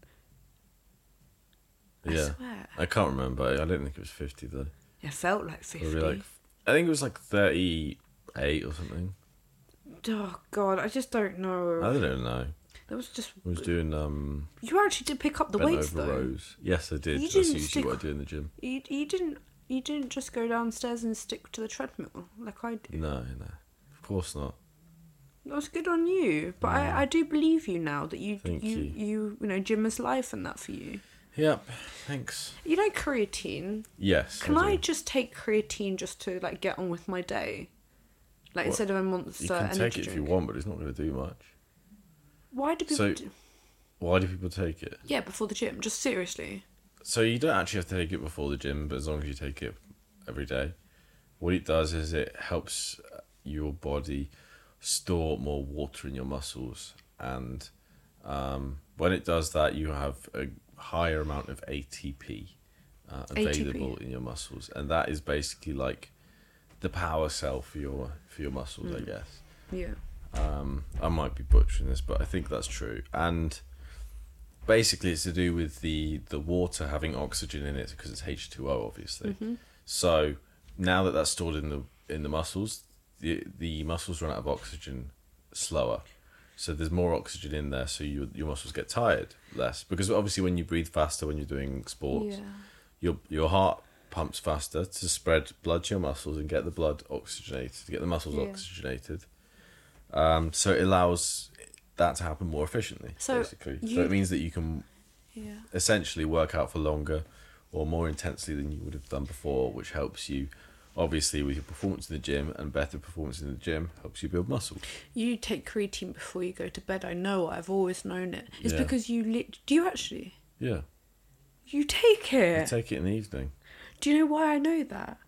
A: I
B: Yeah.
A: swear.
B: I can't remember. I don't think it was fifty though.
A: It felt like fifty.
B: Maybe like I think it was like thirty-eight or something.
A: oh God, I just don't know.
B: I don't know.
A: That was just
B: I was doing um
A: you actually did pick up the
B: bent
A: weights
B: over
A: though.
B: rows. Yes, I did.
A: You
B: That's
A: didn't
B: usually
A: stick-
B: what I do in the gym.
A: You you didn't you didn't just go downstairs and stick to the treadmill like I do.
B: No, no, of course not.
A: That was good on you, but I, I do believe you now that you
B: Thank
A: you,
B: you.
A: you you know gym is life and that for you.
B: Yep. Thanks.
A: You know creatine.
B: Yes.
A: Can I
B: do.
A: just take creatine just to like get on with my day? Like
B: What?
A: instead of a monster
B: You can
A: energy
B: take it
A: drink.
B: if you want, but it's not going to do much.
A: Why do people?
B: So-
A: do...
B: Why do people take it?
A: Yeah, before the gym. Just seriously.
B: So you don't actually have to take it before the gym, but as long as you take it every day, what it does is it helps your body store more water in your muscles, and um, when it does that, you have a higher amount of ATP uh,
A: ATP.
B: available in your muscles, and that is basically like the power cell for your for your muscles, I guess.
A: Yeah.
B: Um, I might be butchering this, but I think that's true. And basically, it's to do with the the water having oxygen in it because it's H two O, obviously. So now that that's stored in the in the muscles, the the muscles run out of oxygen slower. So there's more oxygen in there, so your your muscles get tired less because obviously when you breathe faster when you're doing sports,
A: Yeah.
B: your your heart pumps faster to spread blood to your muscles and get the blood oxygenated, to get the muscles
A: Yeah.
B: oxygenated. Um, so it allows that to happen more efficiently,
A: So
B: basically.
A: you-
B: So it means that you can
A: Yeah.
B: essentially work out for longer or more intensely than you would have done before, which helps you obviously with your performance in the gym and better performance in the gym helps you build muscle.
A: You take creatine before you go to bed. I know. I've always known it. It's
B: Yeah.
A: because you lit. Do you actually?
B: Yeah.
A: You take
B: You
A: it.
B: take it in the evening
A: do you know why I know that?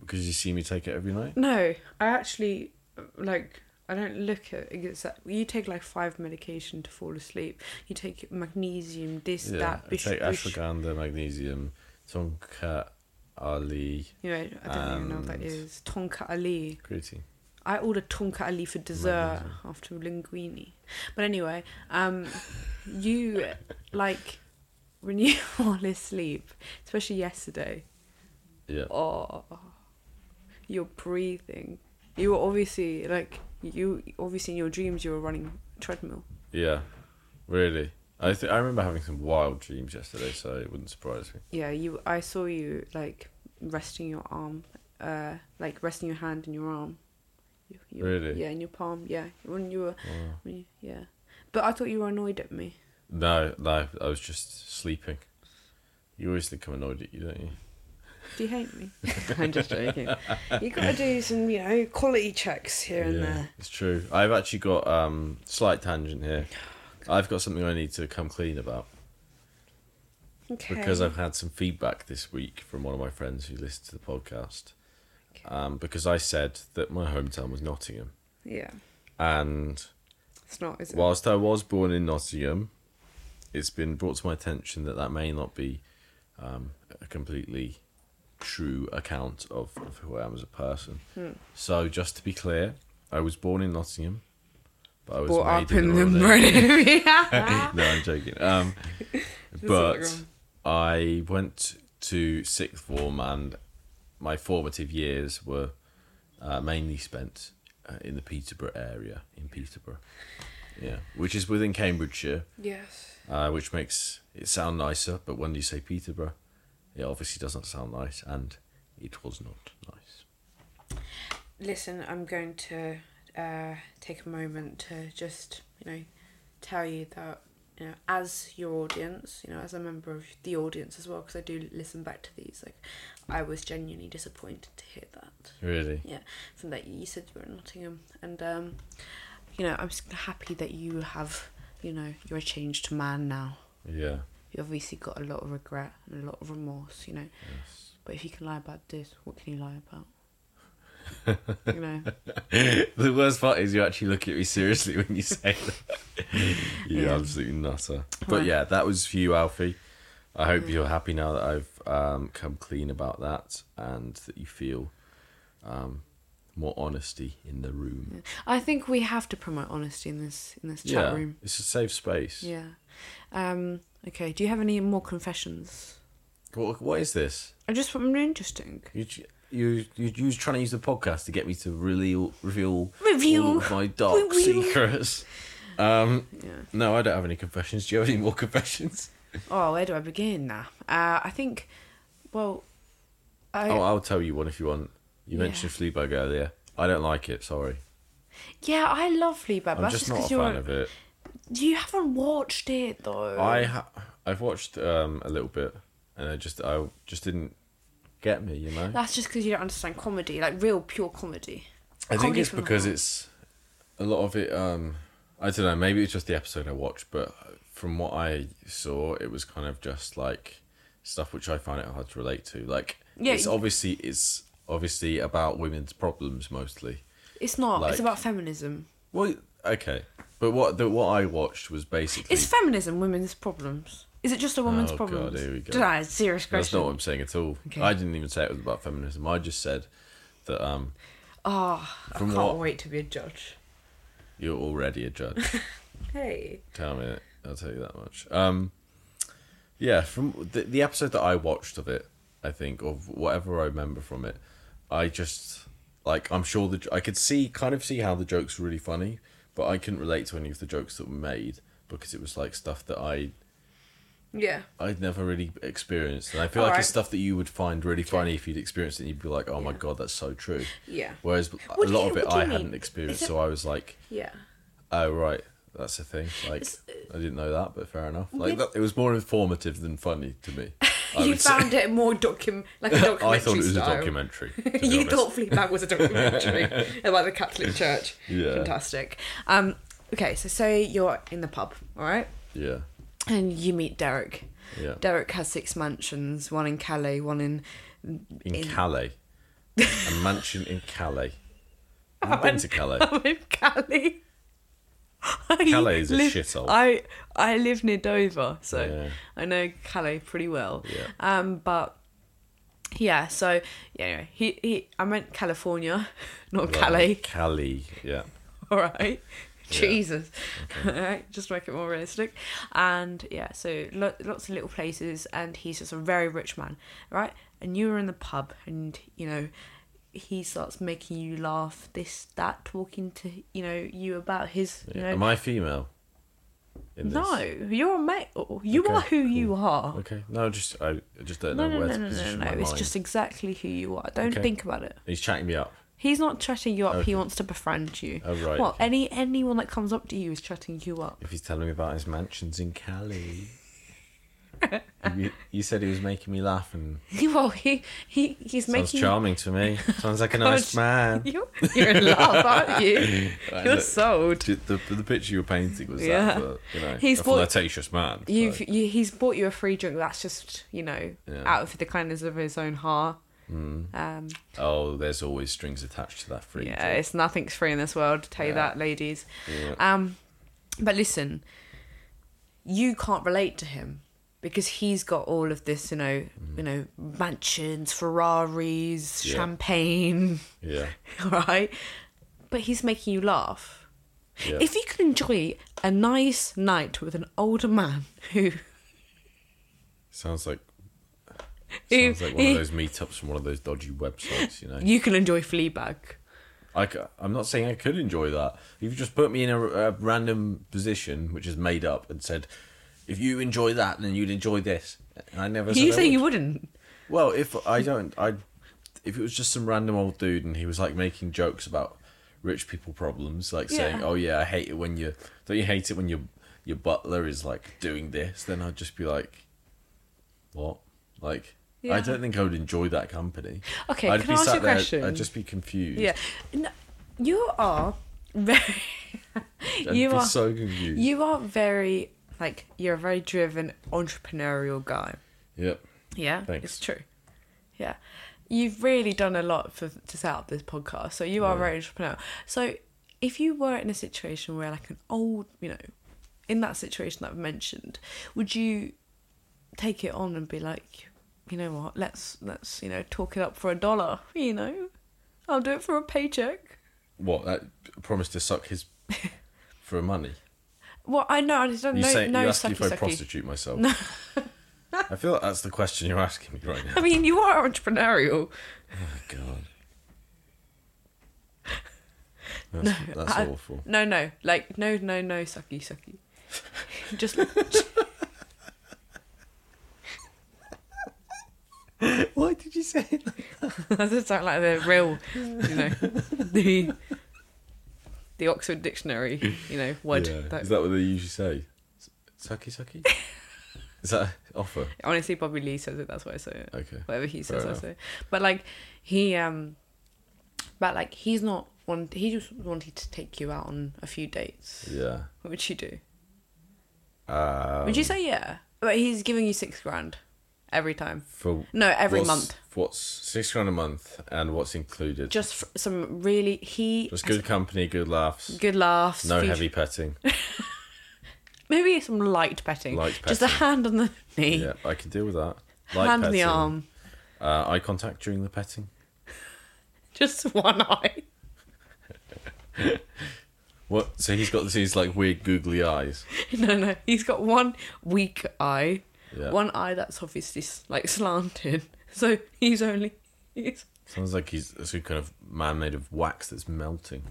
B: because you see me take it every night.
A: No, I actually like I don't look at exact. You take like five medication to fall asleep. You take magnesium, this,
B: Yeah.
A: that,
B: I
A: bish,
B: take
A: bish.
B: ashwagandha, magnesium, tonka, ali,
A: You know, I don't even know what that
B: and-
A: is. Tonka Ali.
B: creatine.
A: I ordered tonka Ali for dessert after linguine. But anyway, um, you like when you fall asleep, especially yesterday.
B: Yeah.
A: oh you're breathing you were obviously like you obviously in your dreams you were running treadmill
B: Yeah, really. I th- I remember having some wild dreams yesterday, so it wouldn't surprise me.
A: yeah you i saw you like resting your arm uh like resting your hand in your arm you, you,
B: Really?
A: yeah in your palm yeah when you were
B: Wow.
A: when you, yeah but i thought you were annoyed at me
B: No, no, I was just sleeping. You always think I'm annoyed at you, don't you?
A: do you hate me i'm just joking you gotta do some you know quality checks here and there
B: it's true. I've actually got um slight tangent here. I've got something I need to come clean about
A: okay
B: because I've had some feedback this week from one of my friends who listens to the podcast.
A: Okay.
B: Um, because I said that my hometown was Nottingham,
A: yeah
B: and
A: it's not is it
B: Whilst I was born in Nottingham, it's been brought to my attention that that may not be um, a completely true account of, of who I am as a person.
A: Hmm.
B: So, just to be clear, I was born in Nottingham, but I was
A: brought
B: made
A: up in the
B: Royal Navy.
A: morning
B: no, I'm joking. Um,
A: not
B: but
A: wrong.
B: I went to sixth form and my formative years were uh, mainly spent uh, in the Peterborough area, in Peterborough, yeah, which is within Cambridgeshire,
A: Yes.
B: uh, which makes it sound nicer. But when you say Peterborough, it obviously doesn't sound nice, and it was not nice.
A: Listen, I'm going to uh, take a moment to just, you know, tell you that, you know, as your audience, you know, as a member of the audience as well, because I do listen back to these, like, I was genuinely disappointed to hear that.
B: Really,
A: Yeah, from that you said you were in Nottingham, and um, you know, I'm just happy that you have, you know, you're a changed man now.
B: yeah,
A: You obviously got a lot of regret and a lot of remorse, you know. But if you can lie about this, what can you lie about? you know.
B: the worst part is you actually look at me seriously when you say that. you
A: Yeah.
B: absolute nutter. But
A: Right.
B: yeah, that was for you, Alfie. I hope
A: Mm.
B: you're happy now that I've um, come clean about that and that you feel um, more honesty in the room.
A: I think we have to promote honesty in this in this
B: Yeah,
A: chat room.
B: it's a safe space.
A: Yeah. Um, okay. Do you have any more confessions?
B: What, what is this?
A: I just found it interesting.
B: You, you, you, you was trying to use the podcast to get me to reveal, reveal,
A: Reveal.
B: all of my dark
A: Reveal.
B: secrets. Um,
A: Yeah.
B: no, I don't have any confessions. Do you have any more confessions?
A: Oh, where do I begin now? Uh, I think. Well, I
B: Oh, I'll tell you one if you want. You
A: Yeah.
B: mentioned Fleabag earlier. I don't like it. Sorry,
A: yeah, I love Fleabag. but
B: I'm
A: that's
B: just
A: just
B: not a
A: because
B: fan
A: you're.
B: of it.
A: You haven't watched it though.
B: I ha- I've watched um, a little bit, and I just I just didn't get me. You know,
A: That's just because you don't understand comedy, like real pure comedy.
B: I think
A: Comedy
B: it's
A: from the
B: because
A: heart.
B: it's a lot of it. Um, I don't know. Maybe it's just the episode I watched, but from what I saw, it was kind of just like stuff which I find it hard to relate to. Like,
A: Yeah,
B: it's
A: you-
B: obviously it's obviously about women's problems mostly.
A: It's not.
B: Like-
A: it's about feminism.
B: Well, okay, but what the, what I watched was basically
A: Is feminism women's problems? Is it just a woman's
B: Oh, God,
A: problems?
B: here we go.
A: Did I? Serious question.
B: That's not what I'm saying at all.
A: Okay.
B: I didn't even say it was about feminism. I just said that um,
A: Oh, I
B: From
A: can't
B: what-
A: wait to be a judge.
B: you're already a judge.
A: Hey.
B: Tell me, it. I'll tell you that much. Um, yeah, from the, the episode that I watched of it, I think, or whatever I remember from it, I just like I'm sure the I could see kind of see how the jokes were really funny, but I couldn't relate to any of the jokes that were made because it was like stuff that I
A: Yeah.
B: I'd never really experienced, and I feel like
A: Alright.
B: it's stuff that you would find really funny if you'd experienced it. and You'd be like, "Oh my
A: Yeah.
B: god, that's so true."
A: Yeah.
B: Whereas
A: What
B: a
A: do
B: lot
A: you-
B: of it
A: what do
B: I
A: you mean?
B: hadn't experienced,
A: Is it-
B: so I was like,
A: Yeah.
B: "Oh right, that's the thing." Like I didn't know that, but fair enough. Like that, it was more informative than funny to me. I
A: you
B: would say.
A: found it more docu- like a documentary
B: I thought it was
A: style.
B: a documentary. to be
A: you
B: honest.
A: thought Fleabag was a documentary about the Catholic Church.
B: Yeah.
A: Fantastic. Um, okay, so say you're in the pub, all right,
B: Yeah,
A: and you meet Derek.
B: yeah.
A: Derek has six mansions, one in Calais, one in.
B: In,
A: in-
B: Calais, a mansion in Calais. I've been to Calais.
A: I'm in Calais. I
B: Calais is a shithole.
A: I I live near Dover, so
B: Yeah.
A: I know Calais pretty well.
B: Yeah.
A: Um, but yeah, so yeah, anyway, he he. I meant California, not
B: Right,
A: Calais.
B: Calais. Yeah.
A: All right.
B: Yeah.
A: Jesus. All right, just make it more realistic. And yeah, so lo- lots of little places, and he's just a very rich man, right? And you were in the pub, and you know, he starts making you laugh, this, that, talking to you know you about his,
B: yeah.
A: you
B: Am
A: know.
B: I female? In this?
A: no, you're a male. You
B: Okay,
A: are who you are.
B: Okay. No, just I I just don't
A: No,
B: know
A: no,
B: where
A: no,
B: to
A: no, no,
B: position
A: no.
B: my
A: It's
B: mind.
A: just exactly who you are. Don't
B: Okay.
A: think about it.
B: He's chatting me up.
A: He's not chatting you up.
B: Okay.
A: He wants to befriend you.
B: Oh, right,
A: Well,
B: okay.
A: any anyone that comes up to you is chatting you up.
B: If he's telling me about his mansions in Cali. you, you said he was making me laugh and
A: Well, he, he he's
B: sounds
A: making
B: charming to me. Sounds like a nice
A: God.
B: man.
A: you you're in love, aren't you?
B: Right,
A: You're
B: look,
A: sold.
B: ju- The, the picture you were painting was
A: Yeah.
B: that, but, you know,
A: He's
B: a
A: bought-
B: flirtatious man. so-
A: You've you, he's bought you a free drink. That's just you know
B: Yeah.
A: out of the kindness of his own heart. Um,
B: oh, there's always strings attached to that free.
A: yeah,
B: drink.
A: it's nothing's free in this world. Tell you
B: Yeah.
A: that, ladies.
B: Yeah.
A: Um, but listen, you can't relate to him because he's got all of this, you know, you know, mansions, Ferraris,
B: Mm. Yeah.
A: champagne,
B: yeah.
A: right? But he's making you laugh.
B: yeah.
A: If you can enjoy a nice night with an older man who
B: Sounds like Sounds like one of those meetups from one of those dodgy websites, you know.
A: you can enjoy Fleabag.
B: I, am not saying I could enjoy that. You've just put me in a, a random position, which is made up, and said, if you enjoy that, then you'd enjoy this. And I never said
A: you
B: I
A: say
B: would.
A: you wouldn't.
B: Well, if I don't, I if it was just some random old dude and he was like making jokes about rich people problems, like saying,
A: Yeah.
B: "Oh yeah, I hate it when you don't you hate it when your your butler is like doing this," then I'd just be like, "What?" Like. I
A: Yeah.
B: don't think I would enjoy that company.
A: Okay,
B: I'd
A: can
B: be
A: I ask
B: sat
A: you a
B: there,
A: question?
B: I'd just be confused.
A: Yeah, no, you are very.
B: I'd
A: you
B: be
A: are
B: so confused.
A: you are very like you're a very driven entrepreneurial guy.
B: Yep.
A: Yeah,
B: Thanks.
A: it's true. Yeah, you've really done a lot for to set up this podcast. So you are very entrepreneurial. So if you were in a situation where like an old, you know, in that situation that I've mentioned, would you take it on and be like, you know what, let's let's you know talk it up for a dollar. You know, I'll do it for a paycheck.
B: What? That promised to suck his for money.
A: Well, I know I just don't
B: You
A: know.
B: say
A: no,
B: you ask
A: sucky,
B: if I
A: sucky.
B: prostitute myself. I feel like that's the question you're asking me right now.
A: I mean, you are entrepreneurial.
B: God. That's, that's
A: I-
B: awful.
A: No, no, like no, no, no, sucky, sucky. Just
B: Why did you say that?
A: that does sound like the real, you know, the the Oxford Dictionary, you know, word. That-
B: Is that what they usually say? S- Sucky, sucky? Is that offer?
A: honestly, Bobby Lee says it. That's why I say it.
B: Okay.
A: Whatever he says,
B: Fair
A: I
B: enough.
A: say. But like he, um, but like he's not one. He just wanted to take you out on a few dates.
B: Yeah.
A: What would you do?
B: Uh,
A: would you say yeah? But he's giving you six grand every time.
B: for
A: No, every
B: what's-
A: month.
B: What's six grand a month and what's included? Just,
A: Just f- some really he
B: good company, good laughs,
A: good laughs.
B: no
A: feature-
B: heavy petting.
A: Maybe some light petting.
B: Light
A: Just a
B: petting.
A: hand on the knee,
B: yeah, I can deal with that.
A: hand on the
B: petting,
A: arm,
B: Uh, eye contact during the petting.
A: just one eye.
B: What? So he's got these like weird googly eyes.
A: No, no, he's got one weak eye,
B: Yeah.
A: one eye that's obviously s- like slanted. So he's only he's
B: Sounds like he's some kind of man made of wax that's melting.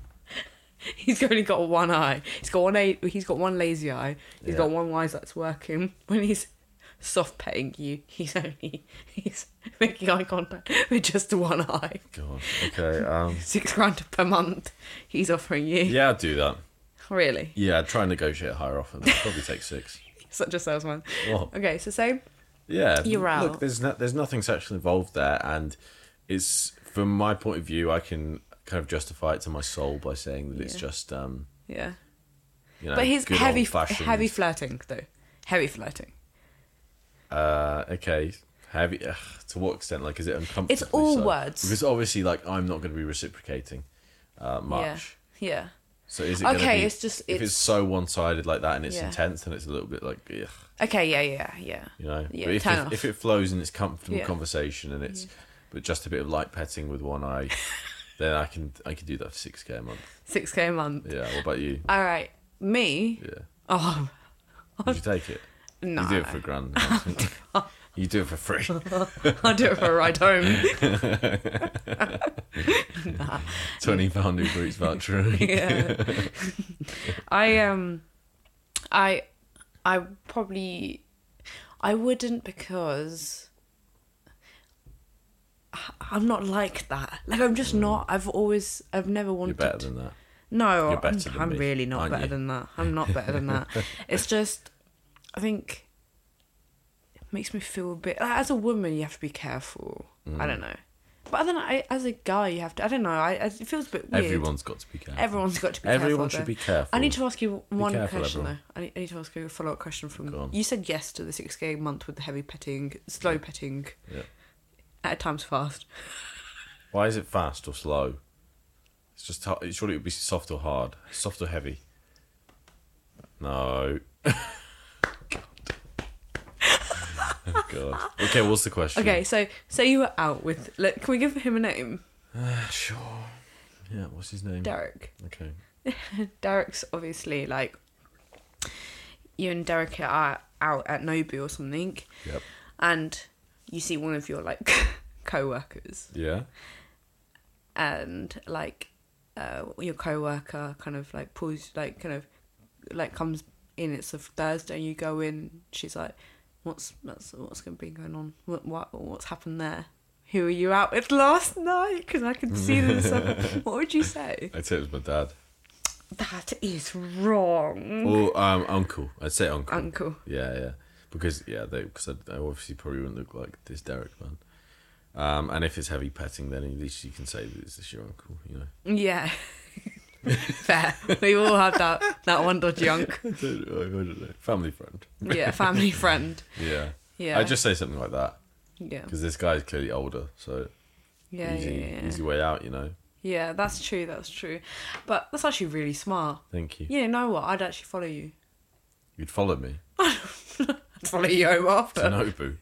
A: he's only got one eye. He's got one a he's got one lazy eye. He's
B: Yeah.
A: got one eye that's working. When he's soft petting you, he's only he's making eye contact with just one eye.
B: God. Okay. Um.
A: Six grand per month, he's offering you.
B: Yeah, I'd do that.
A: Really,
B: Yeah, I'd try and negotiate a higher offer. That'd probably take six.
A: such a salesman.
B: What?
A: Okay, so say
B: Yeah.
A: You're
B: Look,
A: out.
B: there's no, there's nothing sexual involved there, and it's from my point of view, I can kind of justify it to my soul by saying that it's
A: Yeah.
B: just um,
A: yeah.
B: you know,
A: but he's
B: good
A: heavy,
B: old-fashioned-
A: heavy flirting though. Heavy flirting.
B: Uh, okay. Heavy. Ugh, to what extent? Like, is it uncomfortable?
A: all words.
B: Because obviously, like, I'm not going to be reciprocating uh, much.
A: Yeah. Yeah.
B: So is it gonna
A: Okay,
B: be-
A: it's just-
B: if it's
A: it's-
B: so one sided like that and it's
A: Yeah.
B: intense, then it's a little bit like ugh,
A: Okay. Yeah. Yeah. Yeah.
B: you know.
A: Yeah.
B: but if
A: turn
B: it,
A: off.
B: if it flows and it's comfortable
A: Yeah.
B: conversation and it's but just a bit of light petting with one eye, then I can I can do that for six k a month.
A: Six k a month.
B: Yeah. What about you?
A: All right. Me.
B: Yeah.
A: Oh
B: Would you take it?
A: no.
B: You do it for a grand. you do it for free.
A: I'll do it for a ride home.
B: Twenty pound Uber Eats voucher.
A: yeah. I um, I, I probably, I wouldn't because. I- I'm not like that. Like I'm just not. I've always. I've never
B: Mm. You're
A: wanted.
B: better than that.
A: No,
B: You're better
A: I'm,
B: than
A: I'm
B: me,
A: really not
B: aren't
A: better
B: you?
A: than that. I'm not better than that. it's just, I think, it makes me feel a bit. Like, as a woman, you have to be careful. I don't
B: Mm.
A: know, but then I, as a guy, you have to. I don't know. I, I- it feels a bit weird.
B: Everyone's got to be careful.
A: Everyone's got to be. careful,
B: Everyone should
A: though.
B: be careful.
A: I need to ask you one
B: careful,
A: question
B: everyone.
A: though. I need, I need to ask you a follow up question from.
B: Go on.
A: You said yes to the six k month with the heavy petting, slow petting,
B: Yeah.
A: at times fast.
B: Why is it fast or slow? It's just hard. surely it would be soft or hard, soft or heavy. No. God. God. Okay, what's the question?
A: Okay, so say you were out with. Let, can we give him a name?
B: Uh, sure. Yeah. What's his name?
A: Derek.
B: Okay.
A: Derek's obviously like you and Derek are out at Nobu or something,
B: Yep.
A: and you see one of your like co-workers
B: Yeah.
A: and like uh, your co-worker kind of like pulls like kind of like comes in it's a thursday and you go in she's like what's that's what's gonna be going on what, what what's happened there who were you out with last night because i can see this what would you say
B: I'd say it was my dad.
A: that is wrong
B: Or um, uncle. I'd say uncle.
A: uncle
B: Yeah, yeah. Because yeah, they because I, I obviously probably wouldn't look like this Derek man. Um, and if it's heavy petting, then at least you can say that it's just your uncle. You know.
A: yeah fair we all had that that one dodgy unk
B: I don't, know, I don't know. Family friend.
A: yeah family friend
B: Yeah.
A: Yeah.
B: I just say something like that
A: yeah
B: because this guy's clearly older, so
A: yeah
B: easy,
A: yeah, yeah.
B: easy way out. You know.
A: Yeah, that's true. That's true. But that's actually really smart.
B: Thank you.
A: You know what? I'd actually follow you.
B: You'd follow me
A: I'd follow you home
B: to
A: after.
B: Nobu.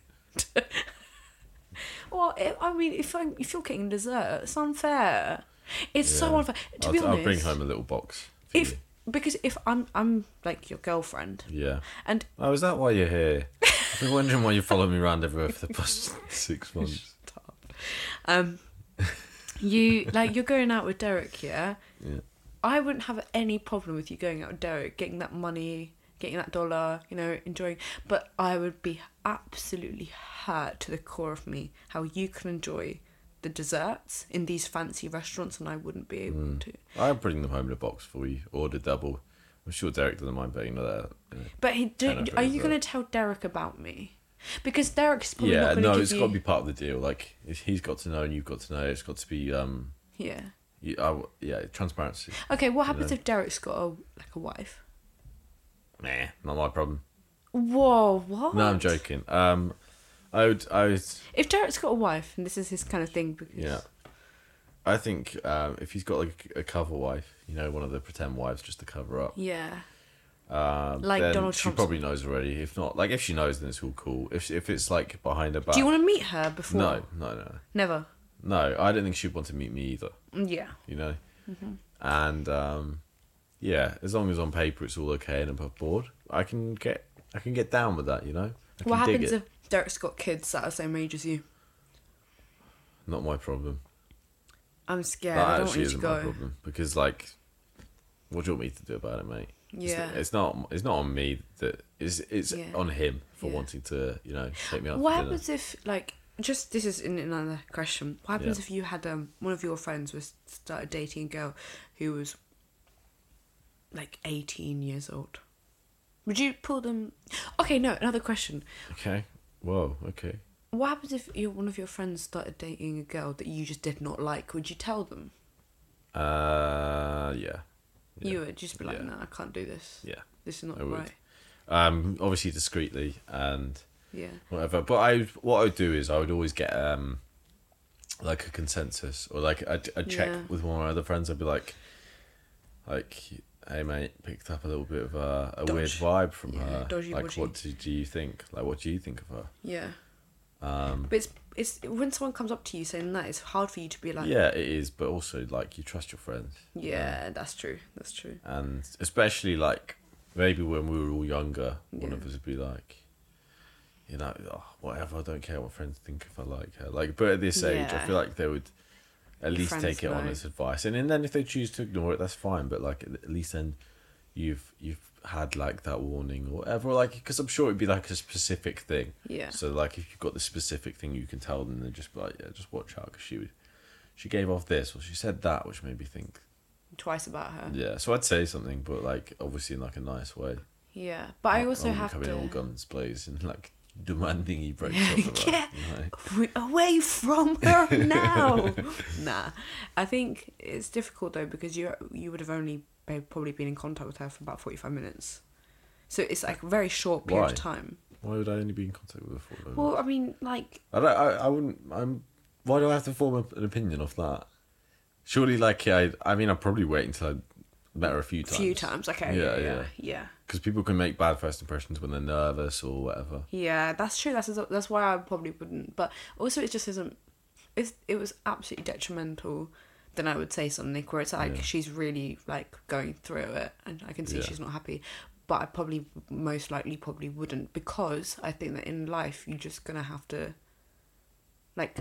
A: Well, i I mean, if I'm, if you're getting dessert, it's unfair. It's so
B: Yeah.
A: unfair. To
B: I'll,
A: be honest,
B: I'll bring home a little box. for
A: if
B: you.
A: because if I'm I'm like your girlfriend,
B: yeah.
A: and
B: Oh, is that why you're here? I've been wondering why you follow me around everywhere for the past six months.
A: um, you like you're going out with Derek, yeah.
B: Yeah.
A: I wouldn't have any problem with you going out with Derek, getting that money, getting that dollar, you know, enjoying. But I would be absolutely hurt to the core of me how you can enjoy the desserts in these fancy restaurants and I wouldn't be able
B: Mm.
A: to.
B: I'll bring them home in a box for you. Order double. I'm sure Derek doesn't mind paying for that. you know.
A: But he, do,
B: Kind of
A: are
B: thing,
A: you
B: but-
A: going to tell Derek about me? Because Derek's probably
B: Yeah,
A: not going to
B: no,
A: give
B: it's
A: you.
B: got to be part of the deal. Like if he's got to know and you've got to know. It's got to be um,
A: Yeah.
B: you, I w yeah, transparency.
A: Okay. What happens
B: know.
A: if Derek's got a like a wife?
B: Nah, not my problem.
A: Whoa! What?
B: No, I'm joking. Um, I would, I would,
A: If Derek's got a wife, and this is his kind of thing, because
B: yeah. I think um, if he's got like a cover wife, you know, one of the pretend wives just to cover up.
A: yeah,
B: Um,
A: Like
B: then
A: Donald
B: she
A: Trump's-
B: probably knows already. If not, like if she knows, then it's all cool. If if it's like behind her back,
A: Do you want to meet her before?
B: no, no, no,
A: Never. Mm,
B: no. I don't think she'd want to meet me either.
A: Yeah.
B: you know.
A: Mm-hmm.
B: And um, yeah, as long as on paper it's all okay and above board, I can get I can get down with that, you know. I can
A: What
B: dig
A: happens
B: it.
A: if Derek's got kids that are the same age as you?
B: Not my problem.
A: I'm scared. I
B: that
A: don't want
B: actually
A: you to
B: isn't my
A: go.
B: problem because like, what do you want me to do about it, mate? It's-
A: Yeah.
B: it's, not it's not on me that it's it's
A: Yeah.
B: on him for
A: Yeah.
B: wanting to you know take me out.
A: What
B: for dinner.
A: happens if like just this is in another question. What happens
B: Yeah.
A: if you had um one of your friends was started dating a girl who was like 18 years old? Would you pull them? Okay, no. Another question.
B: Okay. Whoa. Okay.
A: What happens if you, one of your friends started dating a girl that you just did not like? Would you tell them?
B: Uh. Yeah. Yeah.
A: You would just be like,
B: Yeah.
A: no, I can't do this.
B: Yeah.
A: This is not
B: I would.
A: right.
B: Um. Obviously discreetly and.
A: Yeah.
B: whatever. But I, what I would do is I would always get um, like a consensus or like I'd, I'd check
A: Yeah.
B: with one of my other friends. I'd be like, like, hey mate, picked up a little bit of a, a weird
A: Dodge.
B: vibe from
A: Yeah,
B: her.
A: dodgy
B: like,
A: wodgy.
B: what do, do you think? Like, what do you think of her?
A: Yeah.
B: Um,
A: But it's it's when someone comes up to you saying that, it's hard for you to be like, yeah,
B: yeah, it is, but also like you trust your friends.
A: that's true, that's true.
B: and especially like maybe when we were all younger, one
A: Yeah.
B: of us would be like, you know, oh, whatever. I don't care what friends think if I like her. Like, but at this age, I
A: Yeah.
B: feel like they would at
A: Your
B: least
A: friends
B: take it on
A: know.
B: as advice, and, and then if they choose to ignore it, that's fine. But like at at least then you've you've had like that warning or whatever. Like, because I'm sure it'd be like a specific thing.
A: Yeah.
B: So like if you've got the specific thing, you can tell them. They're just be like, yeah, just watch out because she would. She gave off this, or she said that, which made me think
A: Twice about her. Yeah,
B: yeah, so I'd say something, but like obviously in like a nice way.
A: but I
B: Not-
A: also
B: wouldn't
A: have
B: come
A: to
B: in all guns blazing, like demanding he breaks up with her.
A: Yeah.
B: you know?
A: We're away from her now. nah, I think it's difficult though because you you would have only be- probably been in contact with her for about forty five minutes, so it's like a very short period
B: Why?
A: of time.
B: Why would I only be in contact with her for? that?
A: Well, I mean, like
B: I don't. I, I wouldn't. I'm. Why do I have to form a, an opinion off that? Surely, like I. I mean, I'd probably wait until I met her a few
A: a
B: times.
A: few times. Okay,
B: Yeah,
A: yeah, yeah,
B: yeah.
A: yeah.
B: Because people can make bad first impressions when they're nervous or whatever.
A: Yeah, that's true. That's that's why I probably wouldn't. But also, it just isn't. It's it was absolutely detrimental. Then I would say something where it's like
B: Yeah.
A: she's really like going through it, and I can see
B: Yeah.
A: she's not happy. But I probably most likely probably wouldn't because I think that in life you're just gonna have to like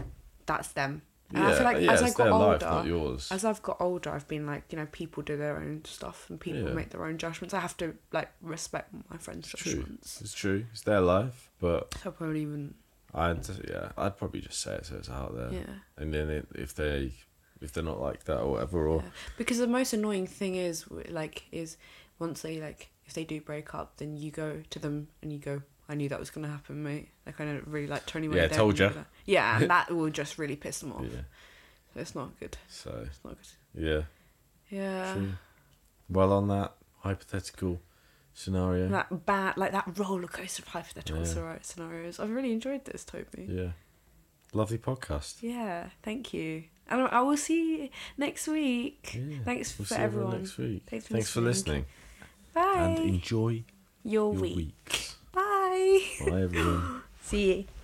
A: that's them. And I
B: Yeah,
A: feel like
B: yeah,
A: as I
B: it's
A: got
B: their life,
A: older,
B: not yours.
A: as I've got older, I've been like, you know, people do their own stuff and people
B: Yeah.
A: make their own judgments. I have to like respect my friends'
B: True.
A: judgments.
B: It's true. It's their life, but
A: So I probably even
B: I'd yeah, I'd probably just say it so it's out there.
A: yeah.
B: And then it, if they if they're not like that or whatever, or
A: yeah. Because the most annoying thing is w- like is once they like if they do break up, then you go to them and you go, I knew that was gonna happen, mate. Like I don't really like Tony. when
B: Yeah,
A: I don't
B: told
A: do
B: ya.
A: that." Yeah, and that will just really piss them off.
B: yeah.
A: So it's not good.
B: So
A: It's not good.
B: yeah,
A: Yeah.
B: true. Well, on that hypothetical scenario,
A: That bad, like that roller coaster of hypothetical
B: Yeah.
A: scenario- scenarios. I've really enjoyed this, Toby.
B: yeah, lovely podcast.
A: Yeah, thank you. And I I will see you next week.
B: Yeah.
A: Thanks
B: We'll
A: for
B: see
A: everyone.
B: next week.
A: Thanks for
B: for listening,
A: listening. Bye.
B: and enjoy
A: your,
B: your
A: week.
B: weeks.
A: Bye.
B: Bye everyone.
A: See you.